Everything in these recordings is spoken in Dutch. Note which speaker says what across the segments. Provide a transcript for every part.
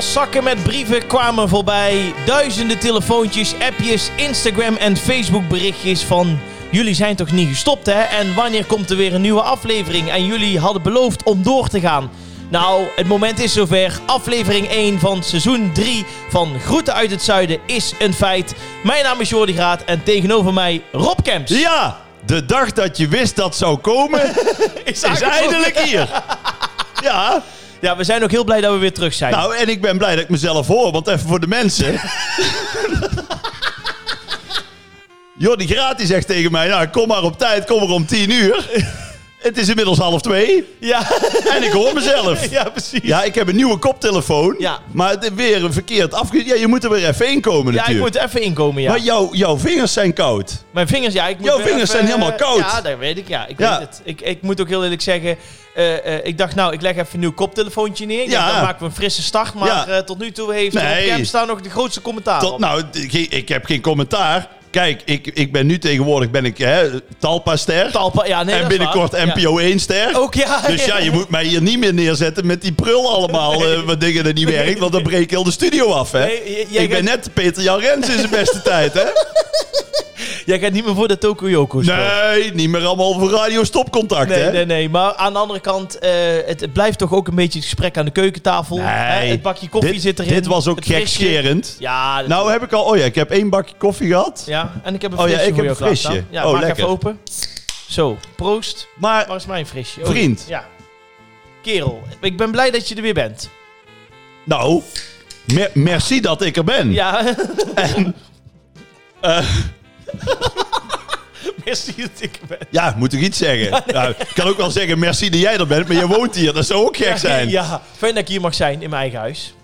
Speaker 1: zakken met brieven kwamen voorbij. Duizenden telefoontjes, appjes, Instagram en Facebook berichtjes van... Jullie zijn toch niet gestopt, hè? En wanneer komt er weer een nieuwe aflevering? En jullie hadden beloofd om door te gaan. Nou, het moment is zover. Aflevering 1 van seizoen 3 van Groeten uit het Zuiden is een feit. Mijn naam is Jordi Graat en tegenover mij Rob Kemps.
Speaker 2: Ja, de dag dat je wist dat zou komen,
Speaker 1: is
Speaker 2: is eindelijk hier. Ja,
Speaker 1: Ja, we zijn ook heel blij dat we weer terug zijn.
Speaker 2: nou en ik ben blij dat ik mezelf hoor, want even voor de mensen. Jordi Graat die zegt tegen mij, nou kom maar op tijd, kom maar om tien uur. Het is inmiddels half twee
Speaker 1: ja.
Speaker 2: en ik hoor mezelf.
Speaker 1: ja, precies.
Speaker 2: Ja, ik heb een nieuwe koptelefoon,
Speaker 1: Ja.
Speaker 2: maar het is weer een verkeerd afge... Ja, je moet er weer even in komen
Speaker 1: Ja, ik
Speaker 2: natuurlijk.
Speaker 1: moet even inkomen, ja.
Speaker 2: Maar jouw, jouw vingers zijn koud.
Speaker 1: Mijn vingers, ja. Ik moet
Speaker 2: Jouw
Speaker 1: weer
Speaker 2: vingers
Speaker 1: even,
Speaker 2: zijn
Speaker 1: eh,
Speaker 2: helemaal koud.
Speaker 1: Ja, dat weet ik, ja. Ik
Speaker 2: Ja.
Speaker 1: weet het. Ik, ik moet ook heel eerlijk zeggen, eh, eh, ik dacht nou, ik leg even een nieuw koptelefoontje neer. Ja.
Speaker 2: Ja.
Speaker 1: Dan maken we een frisse start, maar
Speaker 2: Ja.
Speaker 1: eh, tot nu toe heeft
Speaker 2: Nee.
Speaker 1: op Camp staan nog de grootste commentaar
Speaker 2: Tot,
Speaker 1: op.
Speaker 2: nou, ik, ik heb geen commentaar. Kijk, ik, ik ben nu tegenwoordig ben ik, hè, Talpa-ster.
Speaker 1: Talpa, ja, nee,
Speaker 2: en
Speaker 1: dat is
Speaker 2: binnenkort
Speaker 1: waar. Ja.
Speaker 2: NPO 1-ster.
Speaker 1: Ook ja.
Speaker 2: Dus ja, je moet mij hier niet meer neerzetten met die prul allemaal. eh, wat dingen dat niet werkt, want dan breek ik heel de studio af, hè.
Speaker 1: Nee, j- jij
Speaker 2: ik ben
Speaker 1: gaat-
Speaker 2: net Peter Jan Rens in zijn beste tijd, hè.
Speaker 1: Jij gaat niet meer voor de Tokoyoko spelen.
Speaker 2: Nee, niet meer allemaal voor radio stopcontact,
Speaker 1: Nee,
Speaker 2: hè.
Speaker 1: nee, nee. Maar aan de andere kant, eh, het, het blijft toch ook een beetje het gesprek aan de keukentafel. Hè, het bakje koffie
Speaker 2: dit,
Speaker 1: zit erin.
Speaker 2: Dit was ook
Speaker 1: het frisje.
Speaker 2: gekscherend.
Speaker 1: Ja, dat-
Speaker 2: Nou heb ik al... Oh ja, ik heb één bakje koffie gehad.
Speaker 1: ja, en ik heb een
Speaker 2: Oh ja,
Speaker 1: frisje
Speaker 2: ik
Speaker 1: voor
Speaker 2: heb
Speaker 1: jou
Speaker 2: een frisje.
Speaker 1: klaarstaan. Ja,
Speaker 2: Oh,
Speaker 1: maak
Speaker 2: lekker.
Speaker 1: even open. Zo, proost.
Speaker 2: Maar
Speaker 1: Waar is mijn frisje? Oh,
Speaker 2: Vriend.
Speaker 1: Ja. Kerel, ik ben blij dat je er weer bent.
Speaker 2: nou, mer- merci dat ik er ben.
Speaker 1: Ja.
Speaker 2: eh,
Speaker 1: Merci dat ik er ben.
Speaker 2: Ja, moet ik iets zeggen? Ja, ik kan ook wel zeggen, merci dat jij er bent, maar je woont hier. Dat zou ook gek zijn.
Speaker 1: Ja, fijn dat ik hier mag zijn in mijn eigen huis.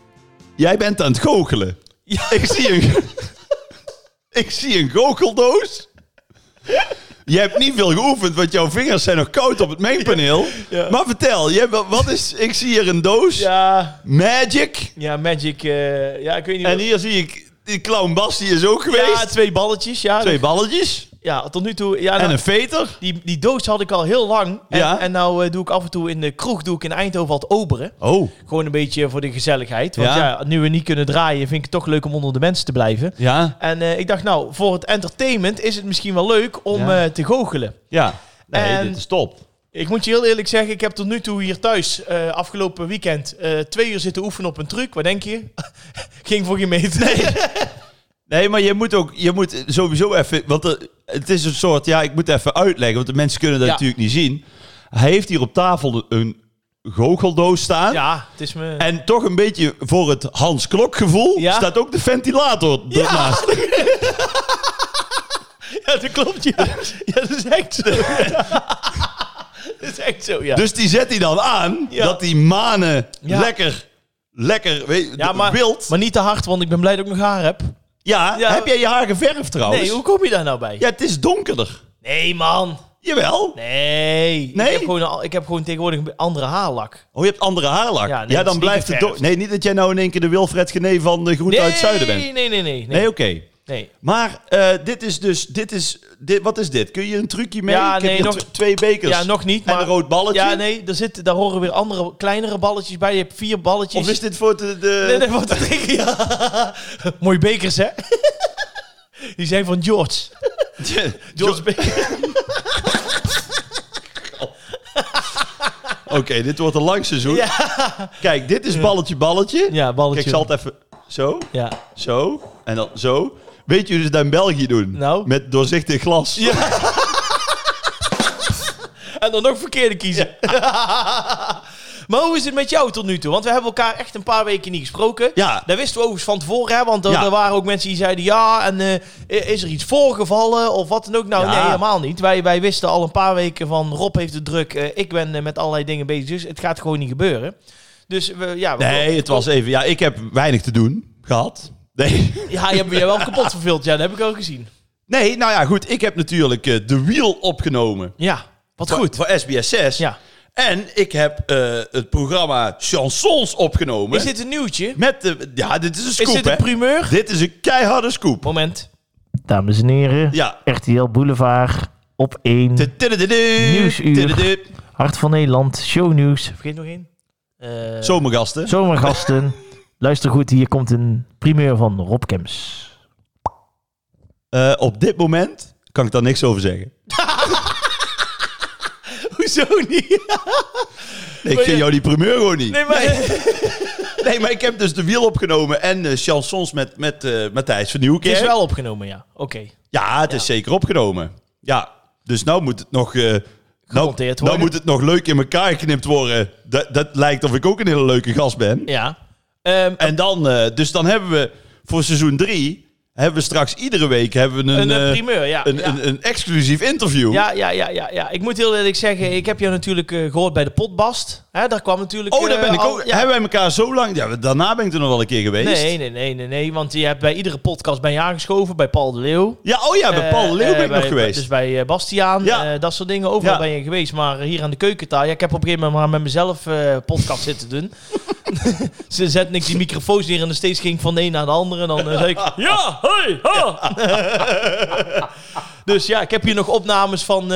Speaker 2: Jij bent aan het goochelen.
Speaker 1: Ja.
Speaker 2: Ik zie een, ik zie een goocheldoos. Je hebt niet veel geoefend, want jouw vingers zijn nog koud op het mengpaneel.
Speaker 1: Ja.
Speaker 2: Maar vertel, jij, wa- wat is, ik zie hier een doos,
Speaker 1: Ja,
Speaker 2: Magic.
Speaker 1: ja Magic. eh, ja, ik weet niet
Speaker 2: En
Speaker 1: wat-
Speaker 2: hier zie ik, die clown Bas, die is ook geweest.
Speaker 1: Ja, twee balletjes. Ja,
Speaker 2: Twee balletjes
Speaker 1: ja tot nu toe. Ja,
Speaker 2: en
Speaker 1: nou,
Speaker 2: een veter.
Speaker 1: die, die doos had ik al heel lang. En,
Speaker 2: Ja.
Speaker 1: en nou eh, doe ik af en toe in de kroeg, doe ik in Eindhoven wat oberen.
Speaker 2: Oh,
Speaker 1: Gewoon een beetje voor de gezelligheid. Want ja.
Speaker 2: Ja.
Speaker 1: nu we niet kunnen draaien, vind ik het toch leuk om onder de mensen te blijven.
Speaker 2: ja.
Speaker 1: En eh, ik dacht, nou, voor het entertainment is het misschien wel leuk om
Speaker 2: Ja.
Speaker 1: eh, te goochelen.
Speaker 2: Ja. Nee,
Speaker 1: En-
Speaker 2: dit is top.
Speaker 1: Ik moet je heel eerlijk zeggen, ik heb tot nu toe hier thuis eh, afgelopen weekend eh, twee uur zitten oefenen op een truc. Wat denk je? Ging voor geen meter.
Speaker 2: Nee, maar je moet ook, je moet sowieso even, want eh, het is een soort, ja, ik moet even uitleggen, want de mensen kunnen dat
Speaker 1: Ja.
Speaker 2: natuurlijk niet zien. Hij heeft hier op tafel een goocheldoos staan.
Speaker 1: Ja, het is me...
Speaker 2: En toch een beetje voor het Hans Klok gevoel
Speaker 1: Ja.
Speaker 2: staat ook de ventilator ernaast.
Speaker 1: Ja, dat klopt, ja. Ja, dat is echt zo. dat is echt zo, ja.
Speaker 2: Dus die zet hij dan aan,
Speaker 1: Ja.
Speaker 2: dat die manen
Speaker 1: Ja.
Speaker 2: lekker, lekker, weet,
Speaker 1: ja, maar,
Speaker 2: wild. Oh,
Speaker 1: maar niet te hard, want ik ben blij dat ik nog haar heb.
Speaker 2: ja,
Speaker 1: Ja.
Speaker 2: heb jij je haar geverfd trouwens?
Speaker 1: Nee, hoe kom je daar nou bij?
Speaker 2: dus- Ja, het is donkerder.
Speaker 1: Nee, man.
Speaker 2: Jawel.
Speaker 1: Nee.
Speaker 2: Nee?
Speaker 1: Ik heb gewoon, al- ik heb gewoon tegenwoordig een andere haarlak.
Speaker 2: Oh, je hebt andere haarlak.
Speaker 1: Ja, nee,
Speaker 2: Ja,
Speaker 1: het is
Speaker 2: dan
Speaker 1: niet
Speaker 2: blijft het...
Speaker 1: geverfd.
Speaker 2: don- Nee, niet dat jij nou in één keer de Wilfred Gené van de Groente
Speaker 1: Nee,
Speaker 2: uit het Zuiden bent.
Speaker 1: nee, nee, nee, nee.
Speaker 2: Nee,
Speaker 1: nee.
Speaker 2: oké.
Speaker 1: nee.
Speaker 2: Maar eh, dit is dus, dit is, dit, wat is dit? Kun je een trucje mee?
Speaker 1: Ja,
Speaker 2: Ik heb
Speaker 1: nee,
Speaker 2: hier
Speaker 1: nog-
Speaker 2: tw- twee bekers.
Speaker 1: Ja, nog niet.
Speaker 2: En
Speaker 1: Maar
Speaker 2: een rood balletje?
Speaker 1: Ja, nee, er zit, daar horen weer andere, kleinere balletjes bij. Je hebt vier balletjes.
Speaker 2: Of is eh, dit voor de... de...
Speaker 1: Nee, nee, wat te drinken, ja. Mooie bekers, hè? Die zijn van George. George
Speaker 2: Jo-
Speaker 1: Beker.
Speaker 2: Oké, dit wordt een lang seizoen.
Speaker 1: Ja.
Speaker 2: Kijk, dit is balletje, balletje.
Speaker 1: Ja, balletje.
Speaker 2: Kijk, ik zal het even... Zo,
Speaker 1: Ja.
Speaker 2: zo en dan zo. Weet je hoe ze dat in België doen?
Speaker 1: Nou?
Speaker 2: Met doorzichtig glas.
Speaker 1: En dan nog verkeerde kiezen. maar hoe is het met jou tot nu toe? Want we hebben elkaar echt een paar weken niet gesproken.
Speaker 2: Ja.
Speaker 1: Daar wisten we overigens van tevoren, hè? Want er,
Speaker 2: Ja.
Speaker 1: er waren ook mensen die zeiden ja. En eh, is er iets voorgevallen of wat dan ook? Nou,
Speaker 2: Ja.
Speaker 1: nee, helemaal niet. Wij, wij wisten al een paar weken van Rob heeft het druk. eh, ik ben eh, met allerlei dingen bezig. Dus het gaat gewoon niet gebeuren. Dus we, ja, we-
Speaker 2: Nee, het was even... Ja, ik heb weinig te doen gehad. Nee.
Speaker 1: Ja, je hebt je wel kapot verveeld. Ja, dat heb ik ook gezien.
Speaker 2: Nee, nou ja, goed. Ik heb natuurlijk eh, de wiel opgenomen.
Speaker 1: Ja, wat goed.
Speaker 2: Voor, voor SBS6.
Speaker 1: Ja.
Speaker 2: En ik heb eh, het programma Chansons opgenomen.
Speaker 1: Is dit een nieuwtje?
Speaker 2: Met de, ja, dit is een scoop,
Speaker 1: Is dit een
Speaker 2: hè?
Speaker 1: primeur?
Speaker 2: Dit is een keiharde scoop.
Speaker 1: Moment. Dames en heren,
Speaker 2: Ja.
Speaker 1: RTL Boulevard op 1.
Speaker 2: Tidididu,
Speaker 1: Nieuwsuur.
Speaker 2: tidididu.
Speaker 1: Hart van Nederland, shownieuws. Vergeet nog één. Eh
Speaker 2: Zomergasten.
Speaker 1: zomergasten. Luister goed, hier komt een primeur van Rob Kems.
Speaker 2: Eh, op dit moment kan ik daar niks over zeggen.
Speaker 1: Hoezo niet?
Speaker 2: Nee, ik
Speaker 1: Maar
Speaker 2: ken
Speaker 1: je-
Speaker 2: jou die primeur gewoon niet.
Speaker 1: Nee, maar...
Speaker 2: Nee, maar ik heb dus de wiel opgenomen en eh, chansons met, met eh, Matthijs van
Speaker 1: Het
Speaker 2: Nieuwkerk.
Speaker 1: is wel opgenomen, ja. Oké.
Speaker 2: Ja, het is zeker opgenomen. Ja, dus nou moet het nog... eh, nou,
Speaker 1: Gemonteerd
Speaker 2: nou
Speaker 1: worden.
Speaker 2: moet het nog leuk in elkaar geknipt worden. Dat, dat lijkt of ik ook een hele leuke gast ben.
Speaker 1: Ja. Ehm,
Speaker 2: En dan, eh, dus dan hebben we voor seizoen drie... hebben we straks iedere week hebben we een,
Speaker 1: een eh,
Speaker 2: eh,
Speaker 1: primeur, ja.
Speaker 2: een,
Speaker 1: ja.
Speaker 2: een, een exclusief interview.
Speaker 1: ja, ja, ja, ja, ja. Ik moet heel eerlijk zeggen, ik heb jou natuurlijk eh, gehoord bij de potbast. Hè, daar kwam natuurlijk...
Speaker 2: Oh, daar
Speaker 1: eh,
Speaker 2: ben ik
Speaker 1: al-
Speaker 2: ook.
Speaker 1: ja.
Speaker 2: Hebben wij elkaar zo lang... Ja, daarna ben ik er nog wel een keer geweest.
Speaker 1: Nee, nee, nee, nee, nee. Want je hebt bij iedere podcast ben je aangeschoven. Bij Paul de Leeuw.
Speaker 2: Ja, oh ja, bij Paul
Speaker 1: Eh,
Speaker 2: de Leeuw
Speaker 1: eh,
Speaker 2: ben ik
Speaker 1: bij-
Speaker 2: nog geweest.
Speaker 1: Dus bij eh, Bastiaan,
Speaker 2: Ja.
Speaker 1: eh, dat soort dingen. Overal
Speaker 2: Ja.
Speaker 1: ben je geweest, maar hier aan de keukentafel. Ja, ik heb op een gegeven moment maar met mezelf eh, podcast zitten doen. Ze zetten ik die microfoons neer en dan steeds ging ik van de een naar de andere. En dan eh, zei ik, ja, hoi, ha. dus ja, ik heb hier nog opnames van eh,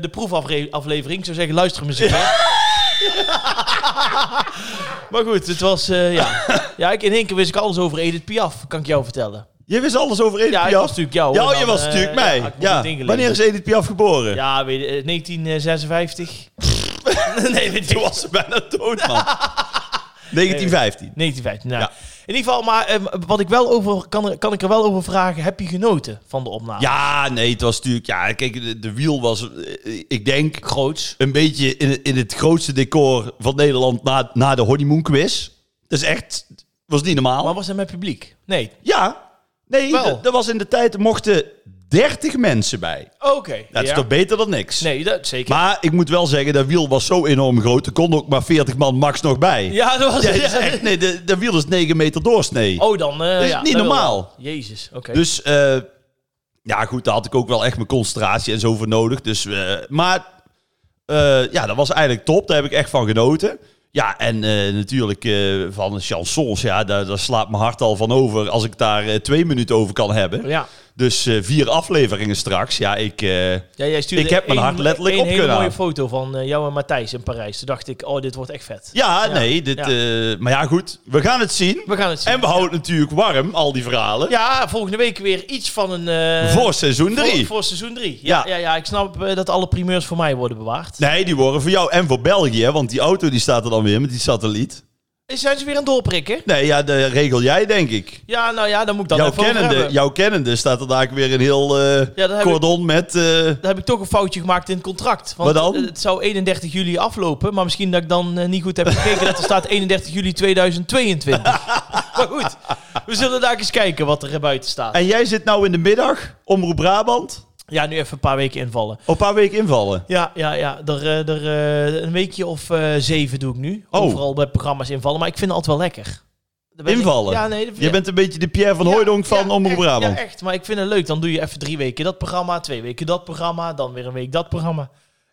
Speaker 1: de proefaflevering. Ik zou zeggen, luister hem eens even. maar goed, het was, eh, ja. Ja, ik, in één keer wist ik alles over Edith Piaf, kan ik jou vertellen.
Speaker 2: Je wist alles over Edith
Speaker 1: Ja, ik
Speaker 2: Piaf?
Speaker 1: was natuurlijk jou.
Speaker 2: Ja, oh,
Speaker 1: hoor.
Speaker 2: je
Speaker 1: Dan,
Speaker 2: was
Speaker 1: eh,
Speaker 2: natuurlijk
Speaker 1: ja,
Speaker 2: mij.
Speaker 1: ik moet
Speaker 2: Ja.
Speaker 1: het ingelezen.
Speaker 2: Wanneer is Edith Piaf geboren?
Speaker 1: Ja, weet je, eh, 1956. nee, weet je
Speaker 2: Toen was ze bijna dood, man. 1915.
Speaker 1: 1950. Nou,
Speaker 2: Ja.
Speaker 1: In ieder geval, maar eh, wat ik wel over kan, er- kan ik er wel over vragen. Heb je genoten van de opname?
Speaker 2: Ja, nee, het was natuurlijk... Ja, kijk, de, de wiel was, eh, ik denk,
Speaker 1: Groots.
Speaker 2: een beetje in, in het grootste decor van Nederland na, na de honeymoon quiz. Dat is echt... was niet normaal.
Speaker 1: Maar was hij met publiek? Nee.
Speaker 2: ja, nee,
Speaker 1: Wel.
Speaker 2: dat- dat was in de tijd... er mochten 30 mensen bij.
Speaker 1: Oké.
Speaker 2: Dat
Speaker 1: ja.
Speaker 2: is toch beter dan niks?
Speaker 1: Nee, dat zeker.
Speaker 2: Maar ik moet wel zeggen, dat wiel was zo enorm groot. Er kon ook maar 40 man max nog bij.
Speaker 1: ja, dat was
Speaker 2: Ja, dat is echt, nee, de, de wiel is 9 meter doorsnee.
Speaker 1: Oh, dan. eh,
Speaker 2: is
Speaker 1: ja,
Speaker 2: niet
Speaker 1: dat wil
Speaker 2: normaal.
Speaker 1: wel. Jezus. Oké.
Speaker 2: Dus eh, ja, goed, daar had ik ook wel echt mijn concentratie en zo voor nodig. Dus, eh, maar eh, ja, dat was eigenlijk top. Daar heb ik echt van genoten. Ja, en eh, natuurlijk eh, van chansons. Ja, daar, daar slaat mijn hart al van over als ik daar eh, twee minuten over kan hebben.
Speaker 1: ja.
Speaker 2: Dus eh, vier afleveringen straks. Ja, ik... eh,
Speaker 1: ja, jij stuurde
Speaker 2: Ik heb mijn
Speaker 1: één-
Speaker 2: hart letterlijk
Speaker 1: één
Speaker 2: op
Speaker 1: hele
Speaker 2: kunnen
Speaker 1: mooie
Speaker 2: halen.
Speaker 1: foto van eh, jou en Matthijs in Parijs. Toen dacht ik, oh, dit wordt echt vet.
Speaker 2: ja,
Speaker 1: Ja.
Speaker 2: nee, dit...
Speaker 1: Ja.
Speaker 2: eh, maar ja, goed, we gaan het zien.
Speaker 1: We gaan het zien.
Speaker 2: En we houden het natuurlijk warm, al die verhalen.
Speaker 1: Ja, volgende week weer iets van een. eh,
Speaker 2: voor seizoen
Speaker 1: Voor-
Speaker 2: 3.
Speaker 1: Voor, seizoen 3. Ja, ja.
Speaker 2: Ja.
Speaker 1: Ja, ik snap eh, dat alle primeurs voor mij worden bewaard.
Speaker 2: Nee, die worden voor jou en voor België, hè, want die auto die staat er dan weer met die satelliet.
Speaker 1: Zijn ze weer aan het doorprikken?
Speaker 2: Nee, ja, dat regel jij, denk ik.
Speaker 1: Ja, nou ja, dan moet ik dat
Speaker 2: jouw,
Speaker 1: even over
Speaker 2: kennende,
Speaker 1: hebben.
Speaker 2: jouw kennende staat er daar weer een heel eh,
Speaker 1: Ja, dat heb
Speaker 2: cordon met... eh,
Speaker 1: Dan heb ik toch een foutje gemaakt in het contract. Want
Speaker 2: Wat dan?
Speaker 1: eh, het zou 31 juli aflopen, maar misschien dat ik dan eh, niet goed heb gekeken dat er staat 31 juli 2022. maar goed, we zullen daar eens kijken wat er eh, buiten staat.
Speaker 2: en jij zit nou in de middag, Omroep Brabant,
Speaker 1: Ja, nu even een paar weken invallen.
Speaker 2: op een paar weken invallen.
Speaker 1: Ja, ja, ja. Er, eh, er, eh, een weekje of eh, zeven doe ik nu.
Speaker 2: Oh.
Speaker 1: Overal bij programma's invallen, maar ik vind het altijd wel lekker. Daar ben ik-
Speaker 2: Invallen?
Speaker 1: Ja, nee. dat-
Speaker 2: Je bent een beetje de Pierre van Hooijdonk van Omroep
Speaker 1: echt,
Speaker 2: Brabant.
Speaker 1: Ja, echt. Maar ik vind het leuk. Dan doe je even drie weken dat programma, twee weken dat programma, dan weer een week dat programma.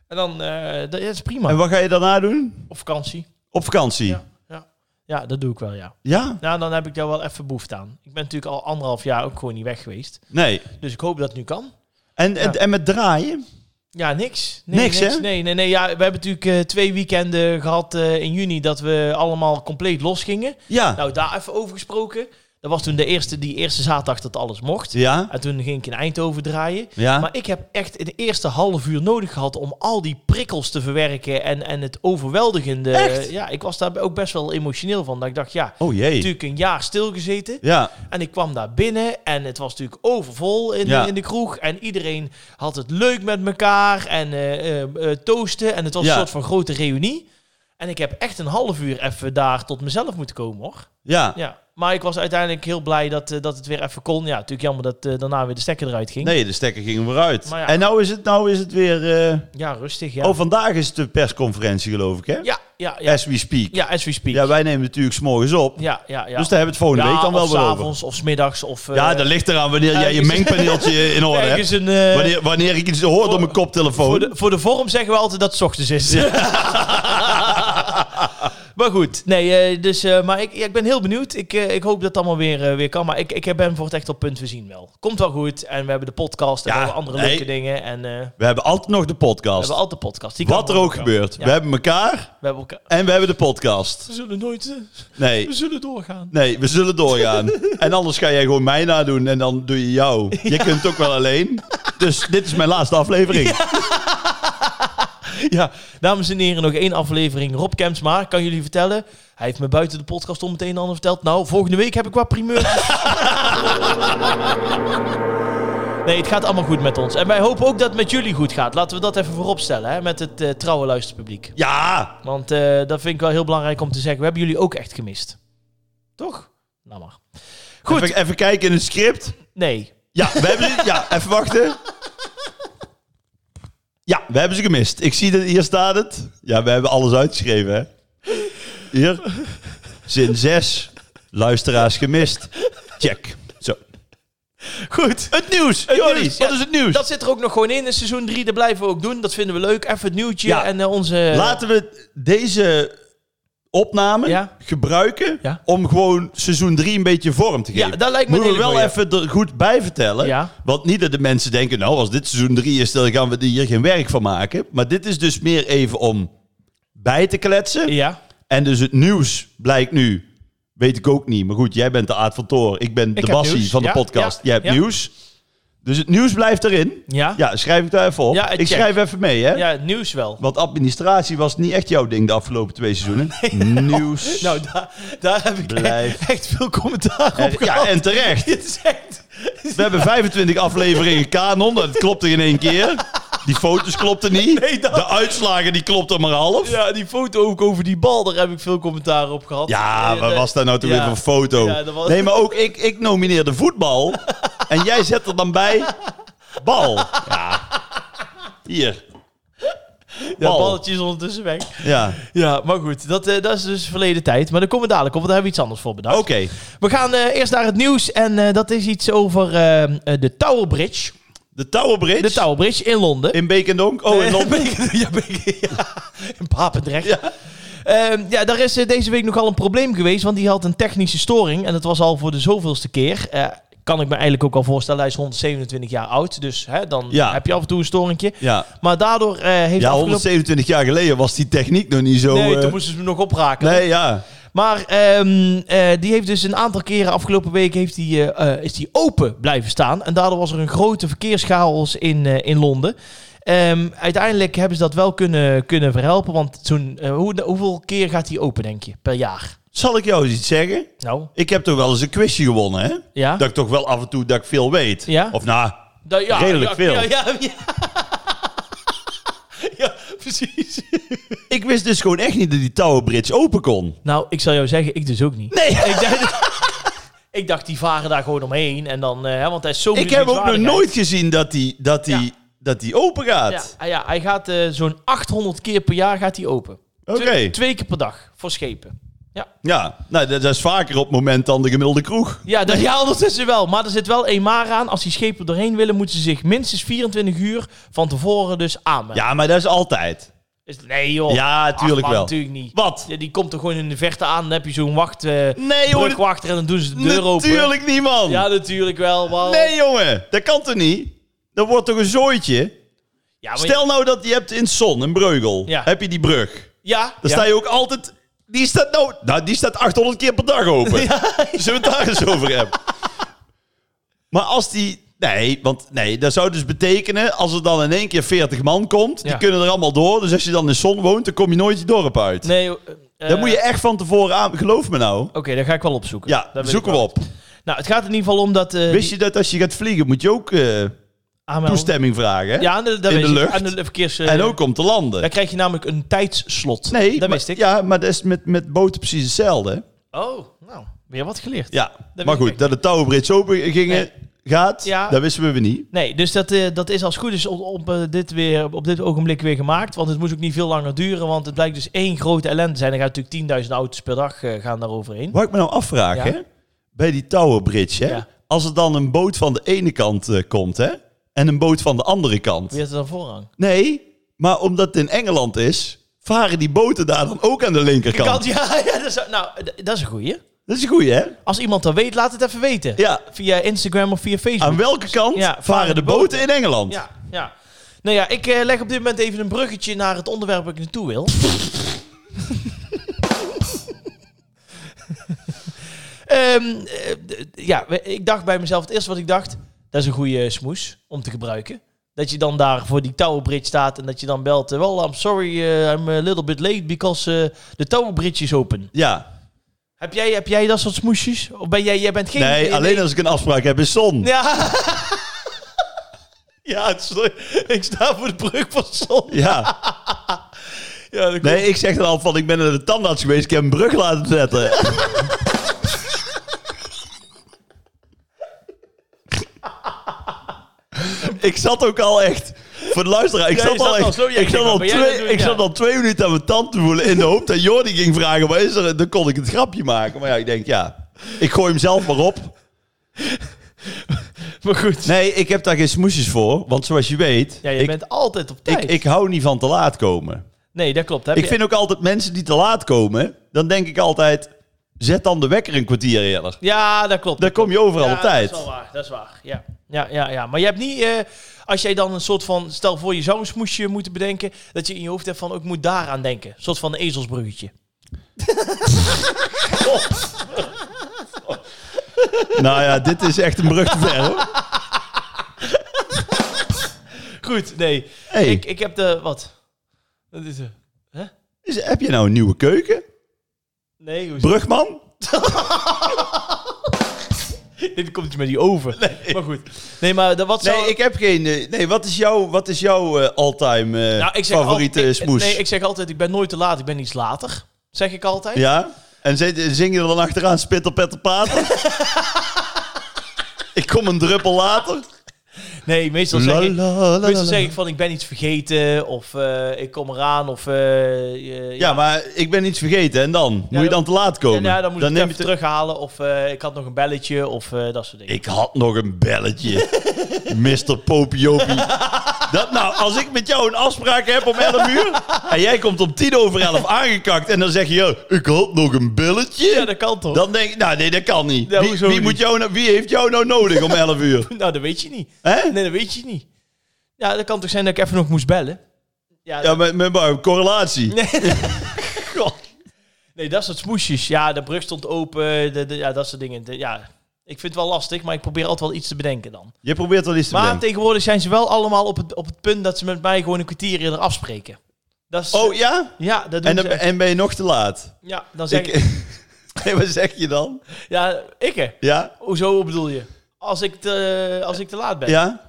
Speaker 1: En dan, eh, dat, dat is prima.
Speaker 2: en wat ga je daarna doen?
Speaker 1: Op vakantie.
Speaker 2: Op vakantie? Ja?
Speaker 1: Ja. Ja, dat doe ik wel, ja.
Speaker 2: Ja?
Speaker 1: Nou, dan heb ik daar wel even behoefte aan. Ik ben natuurlijk al anderhalf jaar ook gewoon niet weg geweest.
Speaker 2: Nee.
Speaker 1: Dus ik hoop dat het nu kan.
Speaker 2: En, en,
Speaker 1: Ja.
Speaker 2: en met draaien?
Speaker 1: Ja, niks. Nee,
Speaker 2: Niks, hè?
Speaker 1: Nee, nee, nee. Ja, we hebben natuurlijk eh, twee weekenden gehad eh, in juni dat we allemaal compleet losgingen.
Speaker 2: Ja.
Speaker 1: Nou, daar even over gesproken. Dat was toen de eerste, die eerste zaterdag dat alles mocht.
Speaker 2: Ja?
Speaker 1: En toen ging ik in Eindhoven draaien.
Speaker 2: Ja?
Speaker 1: Maar ik heb echt het eerste half uur nodig gehad om al die prikkels te verwerken en, en het overweldigende.
Speaker 2: Echt?
Speaker 1: Ja, ik was daar ook best wel emotioneel van. Dat ik dacht, ja,
Speaker 2: oh jee.
Speaker 1: natuurlijk een jaar stilgezeten.
Speaker 2: Ja.
Speaker 1: En ik kwam daar binnen en het was natuurlijk overvol in,
Speaker 2: Ja.
Speaker 1: de, in de kroeg. En iedereen had het leuk met elkaar en eh, eh, eh, toasten. En het was
Speaker 2: Ja.
Speaker 1: een soort van grote reunie. En ik heb echt een half uur even daar tot mezelf moeten komen hoor.
Speaker 2: Ja.
Speaker 1: Ja. Maar ik was uiteindelijk heel blij dat, eh, dat het weer even kon. Ja, natuurlijk jammer dat eh, daarna weer de stekker eruit ging.
Speaker 2: Nee, de stekker ging weer uit.
Speaker 1: Maar ja.
Speaker 2: En nou is het, nou is het weer... eh,
Speaker 1: Ja, rustig. Ja.
Speaker 2: Oh, vandaag is het de persconferentie, geloof ik, hè?
Speaker 1: Ja, ja, ja.
Speaker 2: As we speak.
Speaker 1: Ja, as we speak.
Speaker 2: Ja, wij nemen natuurlijk s'morgens op.
Speaker 1: ja, ja, ja.
Speaker 2: Dus daar hebben we het volgende
Speaker 1: ja,
Speaker 2: week dan
Speaker 1: of
Speaker 2: wel weer over.
Speaker 1: s'avonds of smiddags of... eh,
Speaker 2: Ja, dat ligt eraan wanneer jij je
Speaker 1: ergens-
Speaker 2: mengpaneeltje in orde hebt.
Speaker 1: ergens een... eh,
Speaker 2: Wanneer, wanneer ik iets hoor door mijn
Speaker 1: voor
Speaker 2: koptelefoon.
Speaker 1: de, voor de vorm zeggen we altijd dat het 's ochtends is.
Speaker 2: Maar goed.
Speaker 1: Nee, eh, dus, eh, maar ik, ja, ik ben heel benieuwd. Ik, eh, ik hoop dat het allemaal weer, eh, weer kan. Maar ik, ik ben voor het echt op punt voorzien wel. Komt wel goed. En we hebben de podcast en
Speaker 2: Ja,
Speaker 1: we hebben andere
Speaker 2: nee.
Speaker 1: leuke dingen. En eh,
Speaker 2: We hebben altijd nog de
Speaker 1: we
Speaker 2: podcast.
Speaker 1: hebben altijd de podcast. Die
Speaker 2: Wat
Speaker 1: kan
Speaker 2: er ook
Speaker 1: wel.
Speaker 2: gebeurt.
Speaker 1: Ja,
Speaker 2: We hebben elkaar
Speaker 1: we hebben elkaar.
Speaker 2: en we hebben de podcast.
Speaker 1: We zullen nooit... eh,
Speaker 2: Nee,
Speaker 1: We zullen doorgaan.
Speaker 2: nee, we zullen doorgaan. En anders ga jij gewoon mij nadoen en dan doe je jou. Je kunt het ook wel alleen. Dus dit is mijn laatste aflevering.
Speaker 1: Ja, dames en heren, nog één aflevering. Rob Kemsma, kan jullie vertellen? Hij heeft me buiten de podcast om meteen en ander verteld. Nou, volgende week heb ik wat primeur. Nee, het gaat allemaal goed met ons. En wij hopen ook dat het met jullie goed gaat. Laten we dat even voorop stellen, hè, met het eh, trouwe luisterpubliek.
Speaker 2: Ja,
Speaker 1: Want eh, dat vind ik wel heel belangrijk om te zeggen. We hebben jullie ook echt gemist. Toch? Nou maar. Goed.
Speaker 2: Even, even kijken in het script.
Speaker 1: Nee.
Speaker 2: Ja, we hebben ze, ja, even wachten. Ja, we hebben ze gemist. Ik zie dat hier staat het. Ja, we hebben alles uitgeschreven, hè? Hier. Zin 6. Luisteraars gemist. Check. Zo.
Speaker 1: Goed.
Speaker 2: Het nieuws.
Speaker 1: Het
Speaker 2: Jordi,
Speaker 1: nieuws,
Speaker 2: wat
Speaker 1: ja.
Speaker 2: is het nieuws?
Speaker 1: Dat zit er ook nog gewoon in in seizoen 3. Dat blijven we ook doen. Dat vinden we leuk. Even het nieuwtje
Speaker 2: Ja.
Speaker 1: en eh, onze...
Speaker 2: Laten we deze opname
Speaker 1: Ja.
Speaker 2: gebruiken
Speaker 1: Ja.
Speaker 2: om gewoon seizoen 3 een beetje vorm te
Speaker 1: Ja,
Speaker 2: geven.
Speaker 1: dat lijkt me
Speaker 2: Moeten we
Speaker 1: een hele
Speaker 2: wel even er goed bij vertellen.
Speaker 1: Ja.
Speaker 2: Want niet dat de mensen denken, nou, als dit seizoen 3 is, dan gaan we er hier geen werk van maken. Maar dit is dus meer even om bij te kletsen.
Speaker 1: Ja.
Speaker 2: En dus het nieuws blijkt nu, weet ik ook niet. Maar goed, jij bent de Aad van Toor, ik ben de
Speaker 1: heb
Speaker 2: Bassie
Speaker 1: nieuws,
Speaker 2: van de
Speaker 1: ja,
Speaker 2: podcast.
Speaker 1: ja,
Speaker 2: jij hebt
Speaker 1: ja.
Speaker 2: nieuws. Dus het nieuws blijft erin.
Speaker 1: Ja?
Speaker 2: Ja, schrijf ik daar even op.
Speaker 1: Ja,
Speaker 2: ik
Speaker 1: check.
Speaker 2: schrijf even mee, hè?
Speaker 1: Ja, het nieuws wel.
Speaker 2: Want administratie was niet echt jouw ding de afgelopen twee seizoenen. Nieuws.
Speaker 1: Nou, daar, daar heb ik
Speaker 2: Blijf.
Speaker 1: echt, echt veel commentaar op
Speaker 2: En- ja,
Speaker 1: gehad.
Speaker 2: en terecht.
Speaker 1: Dit is echt...
Speaker 2: We hebben 25 afleveringen kanon. Dat klopte in één keer. Die foto's klopten niet.
Speaker 1: Nee, dat-
Speaker 2: De uitslagen die klopten maar half. Ja,
Speaker 1: Ja, die foto ook over die bal, daar heb ik veel commentaar op gehad. Eh,
Speaker 2: wat
Speaker 1: eh,
Speaker 2: was daar nou toch
Speaker 1: ja.
Speaker 2: weer voor foto?
Speaker 1: Ja, dat was-
Speaker 2: Nee, maar ook ik, ik nomineerde voetbal. en jij zet er dan bij bal. Ja. Hier.
Speaker 1: Ja,
Speaker 2: Bal.
Speaker 1: balletjes ondertussen weg.
Speaker 2: Ja.
Speaker 1: Ja, maar goed, dat, eh, dat is dus verleden tijd. Maar daar komen we dadelijk op, want daar hebben we iets anders voor bedacht.
Speaker 2: Oké.
Speaker 1: We gaan eh, eerst naar het nieuws en eh, dat is iets over eh, eh, de Tower Bridge.
Speaker 2: De Tower Bridge.
Speaker 1: De Tower Bridge in Londen.
Speaker 2: In Beek en Donk. Oh, in Londen.
Speaker 1: Eh, ja, Beek- ja, in Papendrecht.
Speaker 2: Ja.
Speaker 1: Ehm, ja, daar is eh, deze week nogal een probleem geweest, want die had een technische storing. En dat was al voor de zoveelste keer. Eh, kan ik me eigenlijk ook al voorstellen, hij is 127 jaar oud. Dus hè, dan
Speaker 2: Ja.
Speaker 1: heb je af en toe een storingje.
Speaker 2: Ja.
Speaker 1: Maar daardoor eh, heeft
Speaker 2: Ja,
Speaker 1: afgelopen...
Speaker 2: 127 jaar geleden was die techniek nog niet zo...
Speaker 1: Nee,
Speaker 2: eh,
Speaker 1: toen moesten ze hem nog opraken.
Speaker 2: nee ja.
Speaker 1: Maar ehm, eh, die heeft dus een aantal keren afgelopen week heeft die, eh, eh, is die open blijven staan. En daardoor was er een grote verkeerschaos in, eh, in Londen. Ehm, uiteindelijk hebben ze dat wel kunnen, kunnen verhelpen. Want toen, eh, hoe, hoeveel keer gaat die open, denk je, per jaar?
Speaker 2: Zal ik jou eens iets zeggen?
Speaker 1: Nou,
Speaker 2: Ik heb toch wel eens een quizje gewonnen, hè?
Speaker 1: ja.
Speaker 2: Dat ik toch wel af en toe dat ik veel weet.
Speaker 1: Ja.
Speaker 2: Of nou,
Speaker 1: Da- ja,
Speaker 2: redelijk
Speaker 1: ja,
Speaker 2: veel.
Speaker 1: Ja, ja, ja. Ja, precies.
Speaker 2: ik wist dus gewoon echt niet dat die Tower Bridge open kon.
Speaker 1: Nou, ik zal jou zeggen, ik dus ook niet.
Speaker 2: Nee,
Speaker 1: Ik dacht, ik dacht, die varen daar gewoon omheen. En dan, eh, hè, want hij is zo
Speaker 2: ik heb ook nog
Speaker 1: bezienswaardig.
Speaker 2: nooit gezien dat die, dat die,
Speaker 1: Ja.
Speaker 2: dat die open
Speaker 1: Ja,
Speaker 2: gaat.
Speaker 1: ah ja, hij gaat eh, zo'n 800 keer per jaar gaat hij open. Tw-
Speaker 2: Oké,
Speaker 1: Twee keer per dag voor schepen.
Speaker 2: ja. Nou, dat, dat is vaker op het moment dan de gemiddelde kroeg.
Speaker 1: Ja, dat ja, ondertussen wel. Maar er zit wel een maar aan. Als die schepen doorheen willen, moeten ze zich minstens 24 uur van tevoren dus aanmelden.
Speaker 2: Ja, maar dat is altijd.
Speaker 1: Is- nee joh.
Speaker 2: Ja,
Speaker 1: Oh. Ach,
Speaker 2: tuurlijk
Speaker 1: man,
Speaker 2: wel.
Speaker 1: natuurlijk niet.
Speaker 2: Wat?
Speaker 1: Ja, die komt er gewoon in de verte aan. Dan heb je zo'n wacht, eh
Speaker 2: Nee, joh. dat-
Speaker 1: brugwachter en dan doen ze de deur open.
Speaker 2: Natuurlijk niet, man.
Speaker 1: Ja, natuurlijk wel. maar-
Speaker 2: nee, jongen. Dat kan toch niet? Dat wordt toch een zooitje?
Speaker 1: Ja, maar-
Speaker 2: Stel nou dat je hebt in Zon, in Breugel,
Speaker 1: Ja.
Speaker 2: heb je die brug.
Speaker 1: Ja.
Speaker 2: Dan
Speaker 1: ja.
Speaker 2: sta je ook altijd... Die staat, nou, nou, die staat 800 keer per dag open. Zullen we het daar eens over hebben? Maar als die... Nee, want nee, dat zou dus betekenen... als er dan in één keer 40 man komt... die
Speaker 1: Ja.
Speaker 2: kunnen er allemaal door. Dus als je dan in Zon woont... dan kom je nooit je dorp uit.
Speaker 1: Nee, joh, eh,
Speaker 2: Dan moet je echt van tevoren aan... Geloof me nou.
Speaker 1: Oké, dat ga ik wel opzoeken.
Speaker 2: Ja,
Speaker 1: Dat wil
Speaker 2: zoeken
Speaker 1: ik
Speaker 2: we
Speaker 1: wel.
Speaker 2: op.
Speaker 1: Nou, het gaat in ieder geval om dat... eh,
Speaker 2: Wist je dat als je gaat vliegen... moet je ook eh,
Speaker 1: aanmelden-
Speaker 2: toestemming vragen, hè?
Speaker 1: Ja, dat, dat
Speaker 2: In de
Speaker 1: weet ik.
Speaker 2: lucht.
Speaker 1: Aan de verkeers, eh,
Speaker 2: En ook om te
Speaker 1: Daar
Speaker 2: landen.
Speaker 1: krijg je namelijk een tijdsslot.
Speaker 2: Nee,
Speaker 1: dat
Speaker 2: maar-
Speaker 1: wist ik.
Speaker 2: Ja, maar dat is met, met boten precies hetzelfde, hè?
Speaker 1: Oh, nou, weer wat geleerd.
Speaker 2: Ja,
Speaker 1: Dat
Speaker 2: maar
Speaker 1: wist
Speaker 2: goed,
Speaker 1: ik.
Speaker 2: dat de touwenbrits open gingen,
Speaker 1: Nee.
Speaker 2: gaat,
Speaker 1: Ja.
Speaker 2: dat wisten we weer niet.
Speaker 1: Nee, dus dat, eh, dat is als het goed is op, op, eh, dit weer, op dit ogenblik weer gemaakt. Want het moest ook niet veel langer duren, want het blijkt dus één grote ellende te zijn. Er gaan natuurlijk 10.000 auto's per dag eh, gaan daaroverheen.
Speaker 2: Wat ik me nou afvraag,
Speaker 1: Ja.
Speaker 2: hè, bij die touwenbridge, hè,
Speaker 1: Ja.
Speaker 2: als er dan een boot van de ene kant eh, komt hè, en een boot van de andere kant.
Speaker 1: Wie had er dan voorrang?
Speaker 2: Nee, maar omdat het in Engeland is, varen die boten daar dan ook aan de linkerkant.
Speaker 1: Kant, ja, ja dat, is, nou, d- dat is een goeie.
Speaker 2: Dat is een goeie, hè?
Speaker 1: Als iemand dat weet, laat het even weten.
Speaker 2: Ja.
Speaker 1: Via Instagram of via Facebook.
Speaker 2: Aan welke kant
Speaker 1: Ja,
Speaker 2: varen de boten in Engeland?
Speaker 1: Ja, ja. Nou ja, ik eh, leg op dit moment even een bruggetje naar het onderwerp waar ik naartoe wil. Ehm, eh, d- ja, we- ik dacht bij mezelf, het eerste wat ik dacht, dat is een goede smoes om te gebruiken. Dat je dan daar voor die touwbridge staat en dat je dan belt, eh, well, I'm sorry, eh, I'm a little bit late because eh, the touwbridge is open.
Speaker 2: Ja.
Speaker 1: Heb jij, heb jij dat soort smoesjes? Of ben jij, jij bent geen...
Speaker 2: Nee, alleen als ik een afspraak heb is zon.
Speaker 1: Ja,
Speaker 2: Ja, het is-
Speaker 1: ik sta voor de brug van zon.
Speaker 2: ja.
Speaker 1: Ja, dat
Speaker 2: Nee, ik zeg dan al van ik ben naar de tandarts geweest, ik heb een brug laten zetten. ik zat ook al echt. Voor de luisteraar, ik
Speaker 1: Ja,
Speaker 2: zat
Speaker 1: je zat
Speaker 2: al
Speaker 1: al
Speaker 2: echt.
Speaker 1: zo, ja,
Speaker 2: Ik zat
Speaker 1: kijk,
Speaker 2: al
Speaker 1: wat ben jij aan het
Speaker 2: twee-
Speaker 1: doen?
Speaker 2: ik
Speaker 1: Ja.
Speaker 2: zat al twee minuten aan mijn tand te voelen in de hoop dat Jordi ging vragen: wat is er? Dan kon ik het grapje maken. Maar ja, ik denk ja. Ik gooi hem zelf maar op.
Speaker 1: Maar goed.
Speaker 2: Nee, ik heb daar geen smoesjes voor. Want zoals je weet,
Speaker 1: Ja, je
Speaker 2: ik,
Speaker 1: bent altijd op tijd.
Speaker 2: ik, ik hou niet van te laat komen.
Speaker 1: nee, dat klopt. Heb
Speaker 2: Ik
Speaker 1: je-
Speaker 2: vind ook altijd mensen die te laat komen, dan denk ik altijd, zet dan de wekker een kwartier eerder.
Speaker 1: Ja, dat klopt.
Speaker 2: Dan kom je overal op tijd.
Speaker 1: Dat is wel waar, dat is waar. Ja, ja, ja. ja. Maar je hebt niet, eh, als jij dan een soort van, stel voor je zou een smoesje moeten bedenken, dat je in je hoofd hebt van, ook moet daaraan denken. Een soort van een ezelsbruggetje.
Speaker 2: Oh. Nou ja, dit is echt een brug te ver hoor.
Speaker 1: Goed, nee.
Speaker 2: Hey.
Speaker 1: Ik, ik heb de, wat? Dat is, eh, hè?
Speaker 2: Dus heb je nou een nieuwe keuken?
Speaker 1: Nee, hoe is
Speaker 2: Brugman?
Speaker 1: Dit komt je met die oven. Maar goed. Nee, maar dat, wat zou...
Speaker 2: Nee, ik heb geen... eh, Nee, wat is jouw, wat is jouw eh, all-time eh,
Speaker 1: Nou, ik zeg
Speaker 2: favoriete
Speaker 1: altijd- ik-
Speaker 2: smoes?
Speaker 1: Nee, ik zeg altijd, ik ben nooit te laat, ik ben iets later. Zeg ik altijd.
Speaker 2: Ja? En zing, zing je er dan achteraan spitter, petter, pater? ik kom een druppel later.
Speaker 1: Nee, meestal zeg
Speaker 2: La,
Speaker 1: ik...
Speaker 2: la, la, la,
Speaker 1: Meestal
Speaker 2: la.
Speaker 1: zeg ik van ik ben iets vergeten of eh, ik kom eraan of eh, eh,
Speaker 2: Ja, maar ik ben iets vergeten. En dan? moet je dan te laat komen?
Speaker 1: ja, nou, dan moet ik
Speaker 2: neem
Speaker 1: het
Speaker 2: je
Speaker 1: even terughalen of eh, ik had nog een belletje of eh, dat soort dingen.
Speaker 2: Ik had nog een belletje. Mr. Popiopie. Dat nou, als ik met jou een afspraak heb om 11 uur... en jij komt om 10 over 11 aangekakt... en dan zeg je, "Ja, ik had nog een belletje.
Speaker 1: Ja, dat kan toch?
Speaker 2: Dan denk ik, nou nee, dat kan niet.
Speaker 1: Ja,
Speaker 2: wie,
Speaker 1: hoezo
Speaker 2: wie
Speaker 1: niet?
Speaker 2: Moet jou nou, wie heeft jou nou nodig om 11 uur?
Speaker 1: Nou, dat weet je niet.
Speaker 2: Hè?
Speaker 1: Nee, dat weet je niet. Ja, dat kan toch zijn dat ik even nog moest bellen? Ja,
Speaker 2: Ja, met, met, maar correlatie.
Speaker 1: God. Nee, dat soort smoesjes. Ja, de brug stond open, de, de- ja, dat soort dingen. De- ja, ik vind het wel lastig, maar ik probeer altijd wel iets te bedenken dan.
Speaker 2: Je probeert wel iets te
Speaker 1: maar
Speaker 2: bedenken.
Speaker 1: tegenwoordig zijn ze wel allemaal op het, op het punt dat ze met mij gewoon een kwartier eerder afspreken. Dat is,
Speaker 2: Oh ja?
Speaker 1: ja, dat doen
Speaker 2: En, dan-
Speaker 1: ze.
Speaker 2: en ben je nog te laat?
Speaker 1: ja, dan zeg ik...
Speaker 2: Ik, nee, wat zeg je dan?
Speaker 1: Ja, ik hè.
Speaker 2: Ja?
Speaker 1: Hoezo bedoel je? Als ik te, als ik te laat ben. Ja,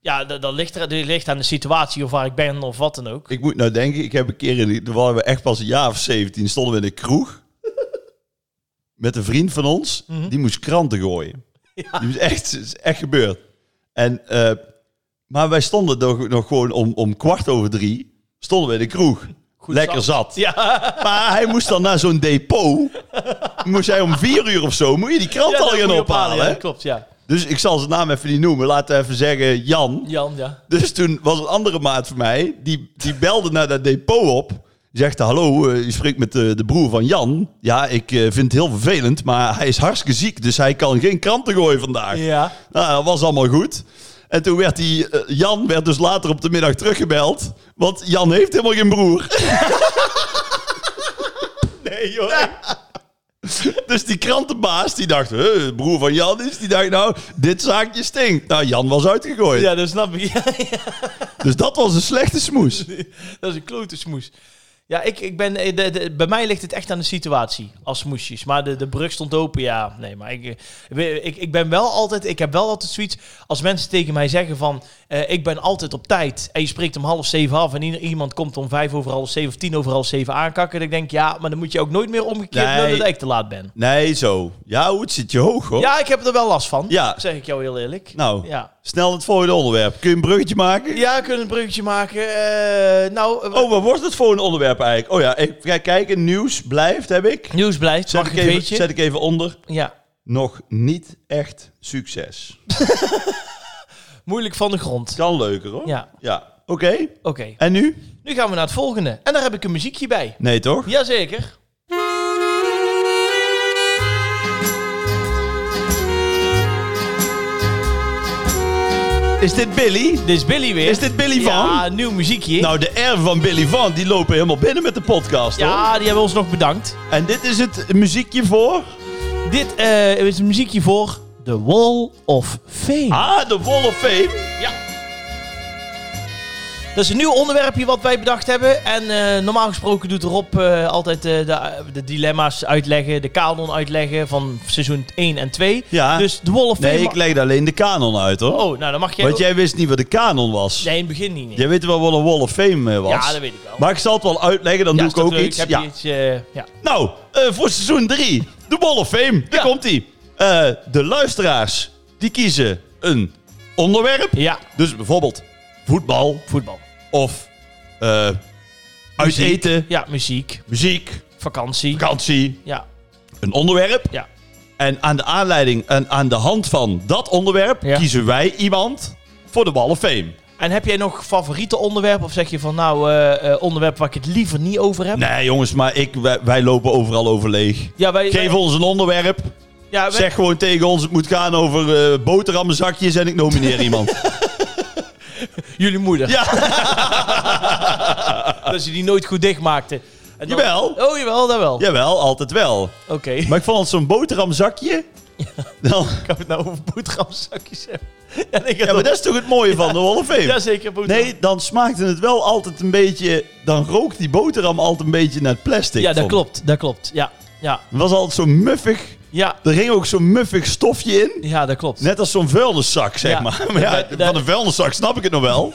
Speaker 2: Ja?
Speaker 1: dat, dat ligt, er, dat ligt aan de situatie of waar ik ben of wat dan ook.
Speaker 2: Ik moet nou denken, ik heb een keer in de, toen waren we echt pas een jaar of 17, stonden we in een kroeg. Met een vriend van ons,
Speaker 1: Mhm.
Speaker 2: die moest kranten gooien. Die was echt, is echt gebeurd. En, eh, maar wij stonden nog, nog gewoon om, om kwart over drie, stonden we in de kroeg. Lekker zat.
Speaker 1: Ja,
Speaker 2: Maar hij moest dan naar zo'n depot. moest hij om vier uur of zo, moet je die krant
Speaker 1: ja,
Speaker 2: al
Speaker 1: dat moet
Speaker 2: gaan
Speaker 1: je
Speaker 2: ophalen.
Speaker 1: ja,
Speaker 2: hè?
Speaker 1: dat klopt, ja.
Speaker 2: Dus ik zal zijn naam even niet noemen, laten we even zeggen Jan.
Speaker 1: Jan, ja.
Speaker 2: Dus toen was een andere maat van mij, die, die belde naar dat depot op. Die Zegt, hallo, eh, je spreekt met eh, de broer van Jan. Ja, ik eh, vind het heel vervelend, maar hij is hartstikke ziek, dus hij kan geen kranten gooien vandaag.
Speaker 1: Ja.
Speaker 2: Nou, dat was allemaal goed. En toen werd die, eh, Jan werd dus later op de middag teruggebeld, want Jan heeft helemaal geen broer.
Speaker 1: Nee, joh.
Speaker 2: Dus die krantenbaas, die dacht, "Huh, de broer van Jan is, die dacht, nou, dit zaakje stinkt. Nou, Jan was uitgegooid.
Speaker 1: Ja, dat snap ik. Ja,
Speaker 2: Dus dat was een slechte smoes.
Speaker 1: dat is een klote smoes. Ja, ik, ik ben, eh, de, de- bij mij ligt het echt aan de situatie als smoesjes. Maar de, de brug stond open, ja. Nee, maar ik, eh, ik, ik ben wel altijd, ik heb wel altijd zoiets als mensen tegen mij zeggen van, eh, ik ben altijd op tijd. En je spreekt om half zeven af en ieder- iemand komt om vijf over half zeven of tien over half zeven aankakken. Dan denk ik, ja, maar dan moet je ook nooit meer omgekeerd
Speaker 2: Nee.
Speaker 1: worden dat ik te laat ben.
Speaker 2: Nee, zo. Ja, het zit je hoog, hoor.
Speaker 1: Ja, ik heb er wel last van,
Speaker 2: Ja.
Speaker 1: zeg ik jou heel eerlijk.
Speaker 2: Nou,
Speaker 1: Ja.
Speaker 2: snel het volgende onderwerp. Kun je een bruggetje maken?
Speaker 1: Ja, we kunnen een bruggetje maken. Eh, nou, eh,
Speaker 2: Oh, wat wordt het volgende onderwerp eigenlijk? Oh ja, ik ga kijken. Nieuws blijft, heb ik.
Speaker 1: nieuws blijft,
Speaker 2: Zet
Speaker 1: mag
Speaker 2: ik,
Speaker 1: ik een
Speaker 2: even,
Speaker 1: beetje.
Speaker 2: zet ik even onder.
Speaker 1: Ja,
Speaker 2: Nog niet echt succes.
Speaker 1: moeilijk van de grond.
Speaker 2: Kan leuker, hoor.
Speaker 1: Ja.
Speaker 2: ja. Oké.
Speaker 1: Oké,
Speaker 2: En nu?
Speaker 1: nu gaan we naar het volgende. En daar heb ik een muziekje bij.
Speaker 2: Nee, toch?
Speaker 1: Jazeker.
Speaker 2: Is dit Billy?
Speaker 1: Dit is Billy weer.
Speaker 2: Is dit Billy Van?
Speaker 1: Ja, nieuw muziekje.
Speaker 2: Nou, de erven van Billy Van, die lopen helemaal binnen met de podcast, hoor.
Speaker 1: ja, die hebben ons nog bedankt.
Speaker 2: En dit is het muziekje voor...
Speaker 1: Dit eh, is een muziekje voor The Wall of Fame.
Speaker 2: Ah, de Wall of Fame.
Speaker 1: Ja. Dat is een nieuw onderwerpje wat wij bedacht hebben. En eh, normaal gesproken doet Rob eh, altijd eh, de, de dilemma's uitleggen, de kanon uitleggen van seizoen 1 en 2.
Speaker 2: Ja.
Speaker 1: Dus de Wall of Fame...
Speaker 2: Nee, ik leg alleen de kanon uit, hoor.
Speaker 1: Oh, nou dan mag jij...
Speaker 2: Want jij wist niet wat de kanon was.
Speaker 1: Nee, in het begin niet. nee.
Speaker 2: Jij weet wel wat een Wall of Fame eh, was.
Speaker 1: Ja, dat weet ik wel.
Speaker 2: Maar ik zal het wel uitleggen, dan
Speaker 1: Ja,
Speaker 2: doe
Speaker 1: is
Speaker 2: ik
Speaker 1: toch
Speaker 2: ook
Speaker 1: leuk?
Speaker 2: iets.
Speaker 1: Heb
Speaker 2: Ja.
Speaker 1: je iets eh, ja.
Speaker 2: Nou, eh, voor seizoen 3, de Wall of Fame. Daar
Speaker 1: Ja.
Speaker 2: komt-ie. Eh, de luisteraars, die kiezen een onderwerp.
Speaker 1: ja,
Speaker 2: Dus bijvoorbeeld voetbal
Speaker 1: voetbal.
Speaker 2: of eh uit
Speaker 1: Muziek.
Speaker 2: eten,
Speaker 1: Ja, muziek,
Speaker 2: muziek,
Speaker 1: vakantie.
Speaker 2: vakantie,
Speaker 1: Ja,
Speaker 2: een onderwerp.
Speaker 1: ja.
Speaker 2: En aan de aanleiding en aan de hand van dat onderwerp
Speaker 1: Ja.
Speaker 2: kiezen wij iemand voor de Wall of Fame.
Speaker 1: En heb jij nog favoriete onderwerpen? Of zeg je van nou, eh, eh, onderwerp waar ik het liever niet over heb?
Speaker 2: Nee jongens, maar ik, wij, wij lopen overal over leeg.
Speaker 1: Ja, wij,
Speaker 2: Geef
Speaker 1: wij-
Speaker 2: ons een onderwerp.
Speaker 1: ja, wij-
Speaker 2: Zeg gewoon tegen ons, het moet gaan over eh boterhammenzakjes en ik nomineer iemand.
Speaker 1: Jullie moeder.
Speaker 2: Ja.
Speaker 1: dat ze die nooit goed dichtmaakte. En dan-
Speaker 2: Jawel.
Speaker 1: Oh, jawel, dat wel.
Speaker 2: Jawel, altijd wel.
Speaker 1: Oké. Okay.
Speaker 2: Maar ik vond het zo'n boterhamzakje. Dan,
Speaker 1: Ik heb het nou over boterhamzakjes hebben. Ja, nee, ik
Speaker 2: ja, maar dat is toch het mooie van de Wall of Fame?
Speaker 1: zeker boterham.
Speaker 2: Nee, dan smaakte het wel altijd een beetje... Dan rookt die boterham altijd een beetje naar het plastic.
Speaker 1: ja, dat
Speaker 2: vond ik.
Speaker 1: klopt. Dat klopt. Ja, ja,
Speaker 2: Het was altijd zo muffig.
Speaker 1: ja,
Speaker 2: Er ging ook zo'n muffig stofje in.
Speaker 1: ja dat klopt.
Speaker 2: Net als zo'n vuilniszak, zeg
Speaker 1: Ja.
Speaker 2: maar. Maar ja,
Speaker 1: Dat- dat-
Speaker 2: van een vuilniszak snap ik het nog wel.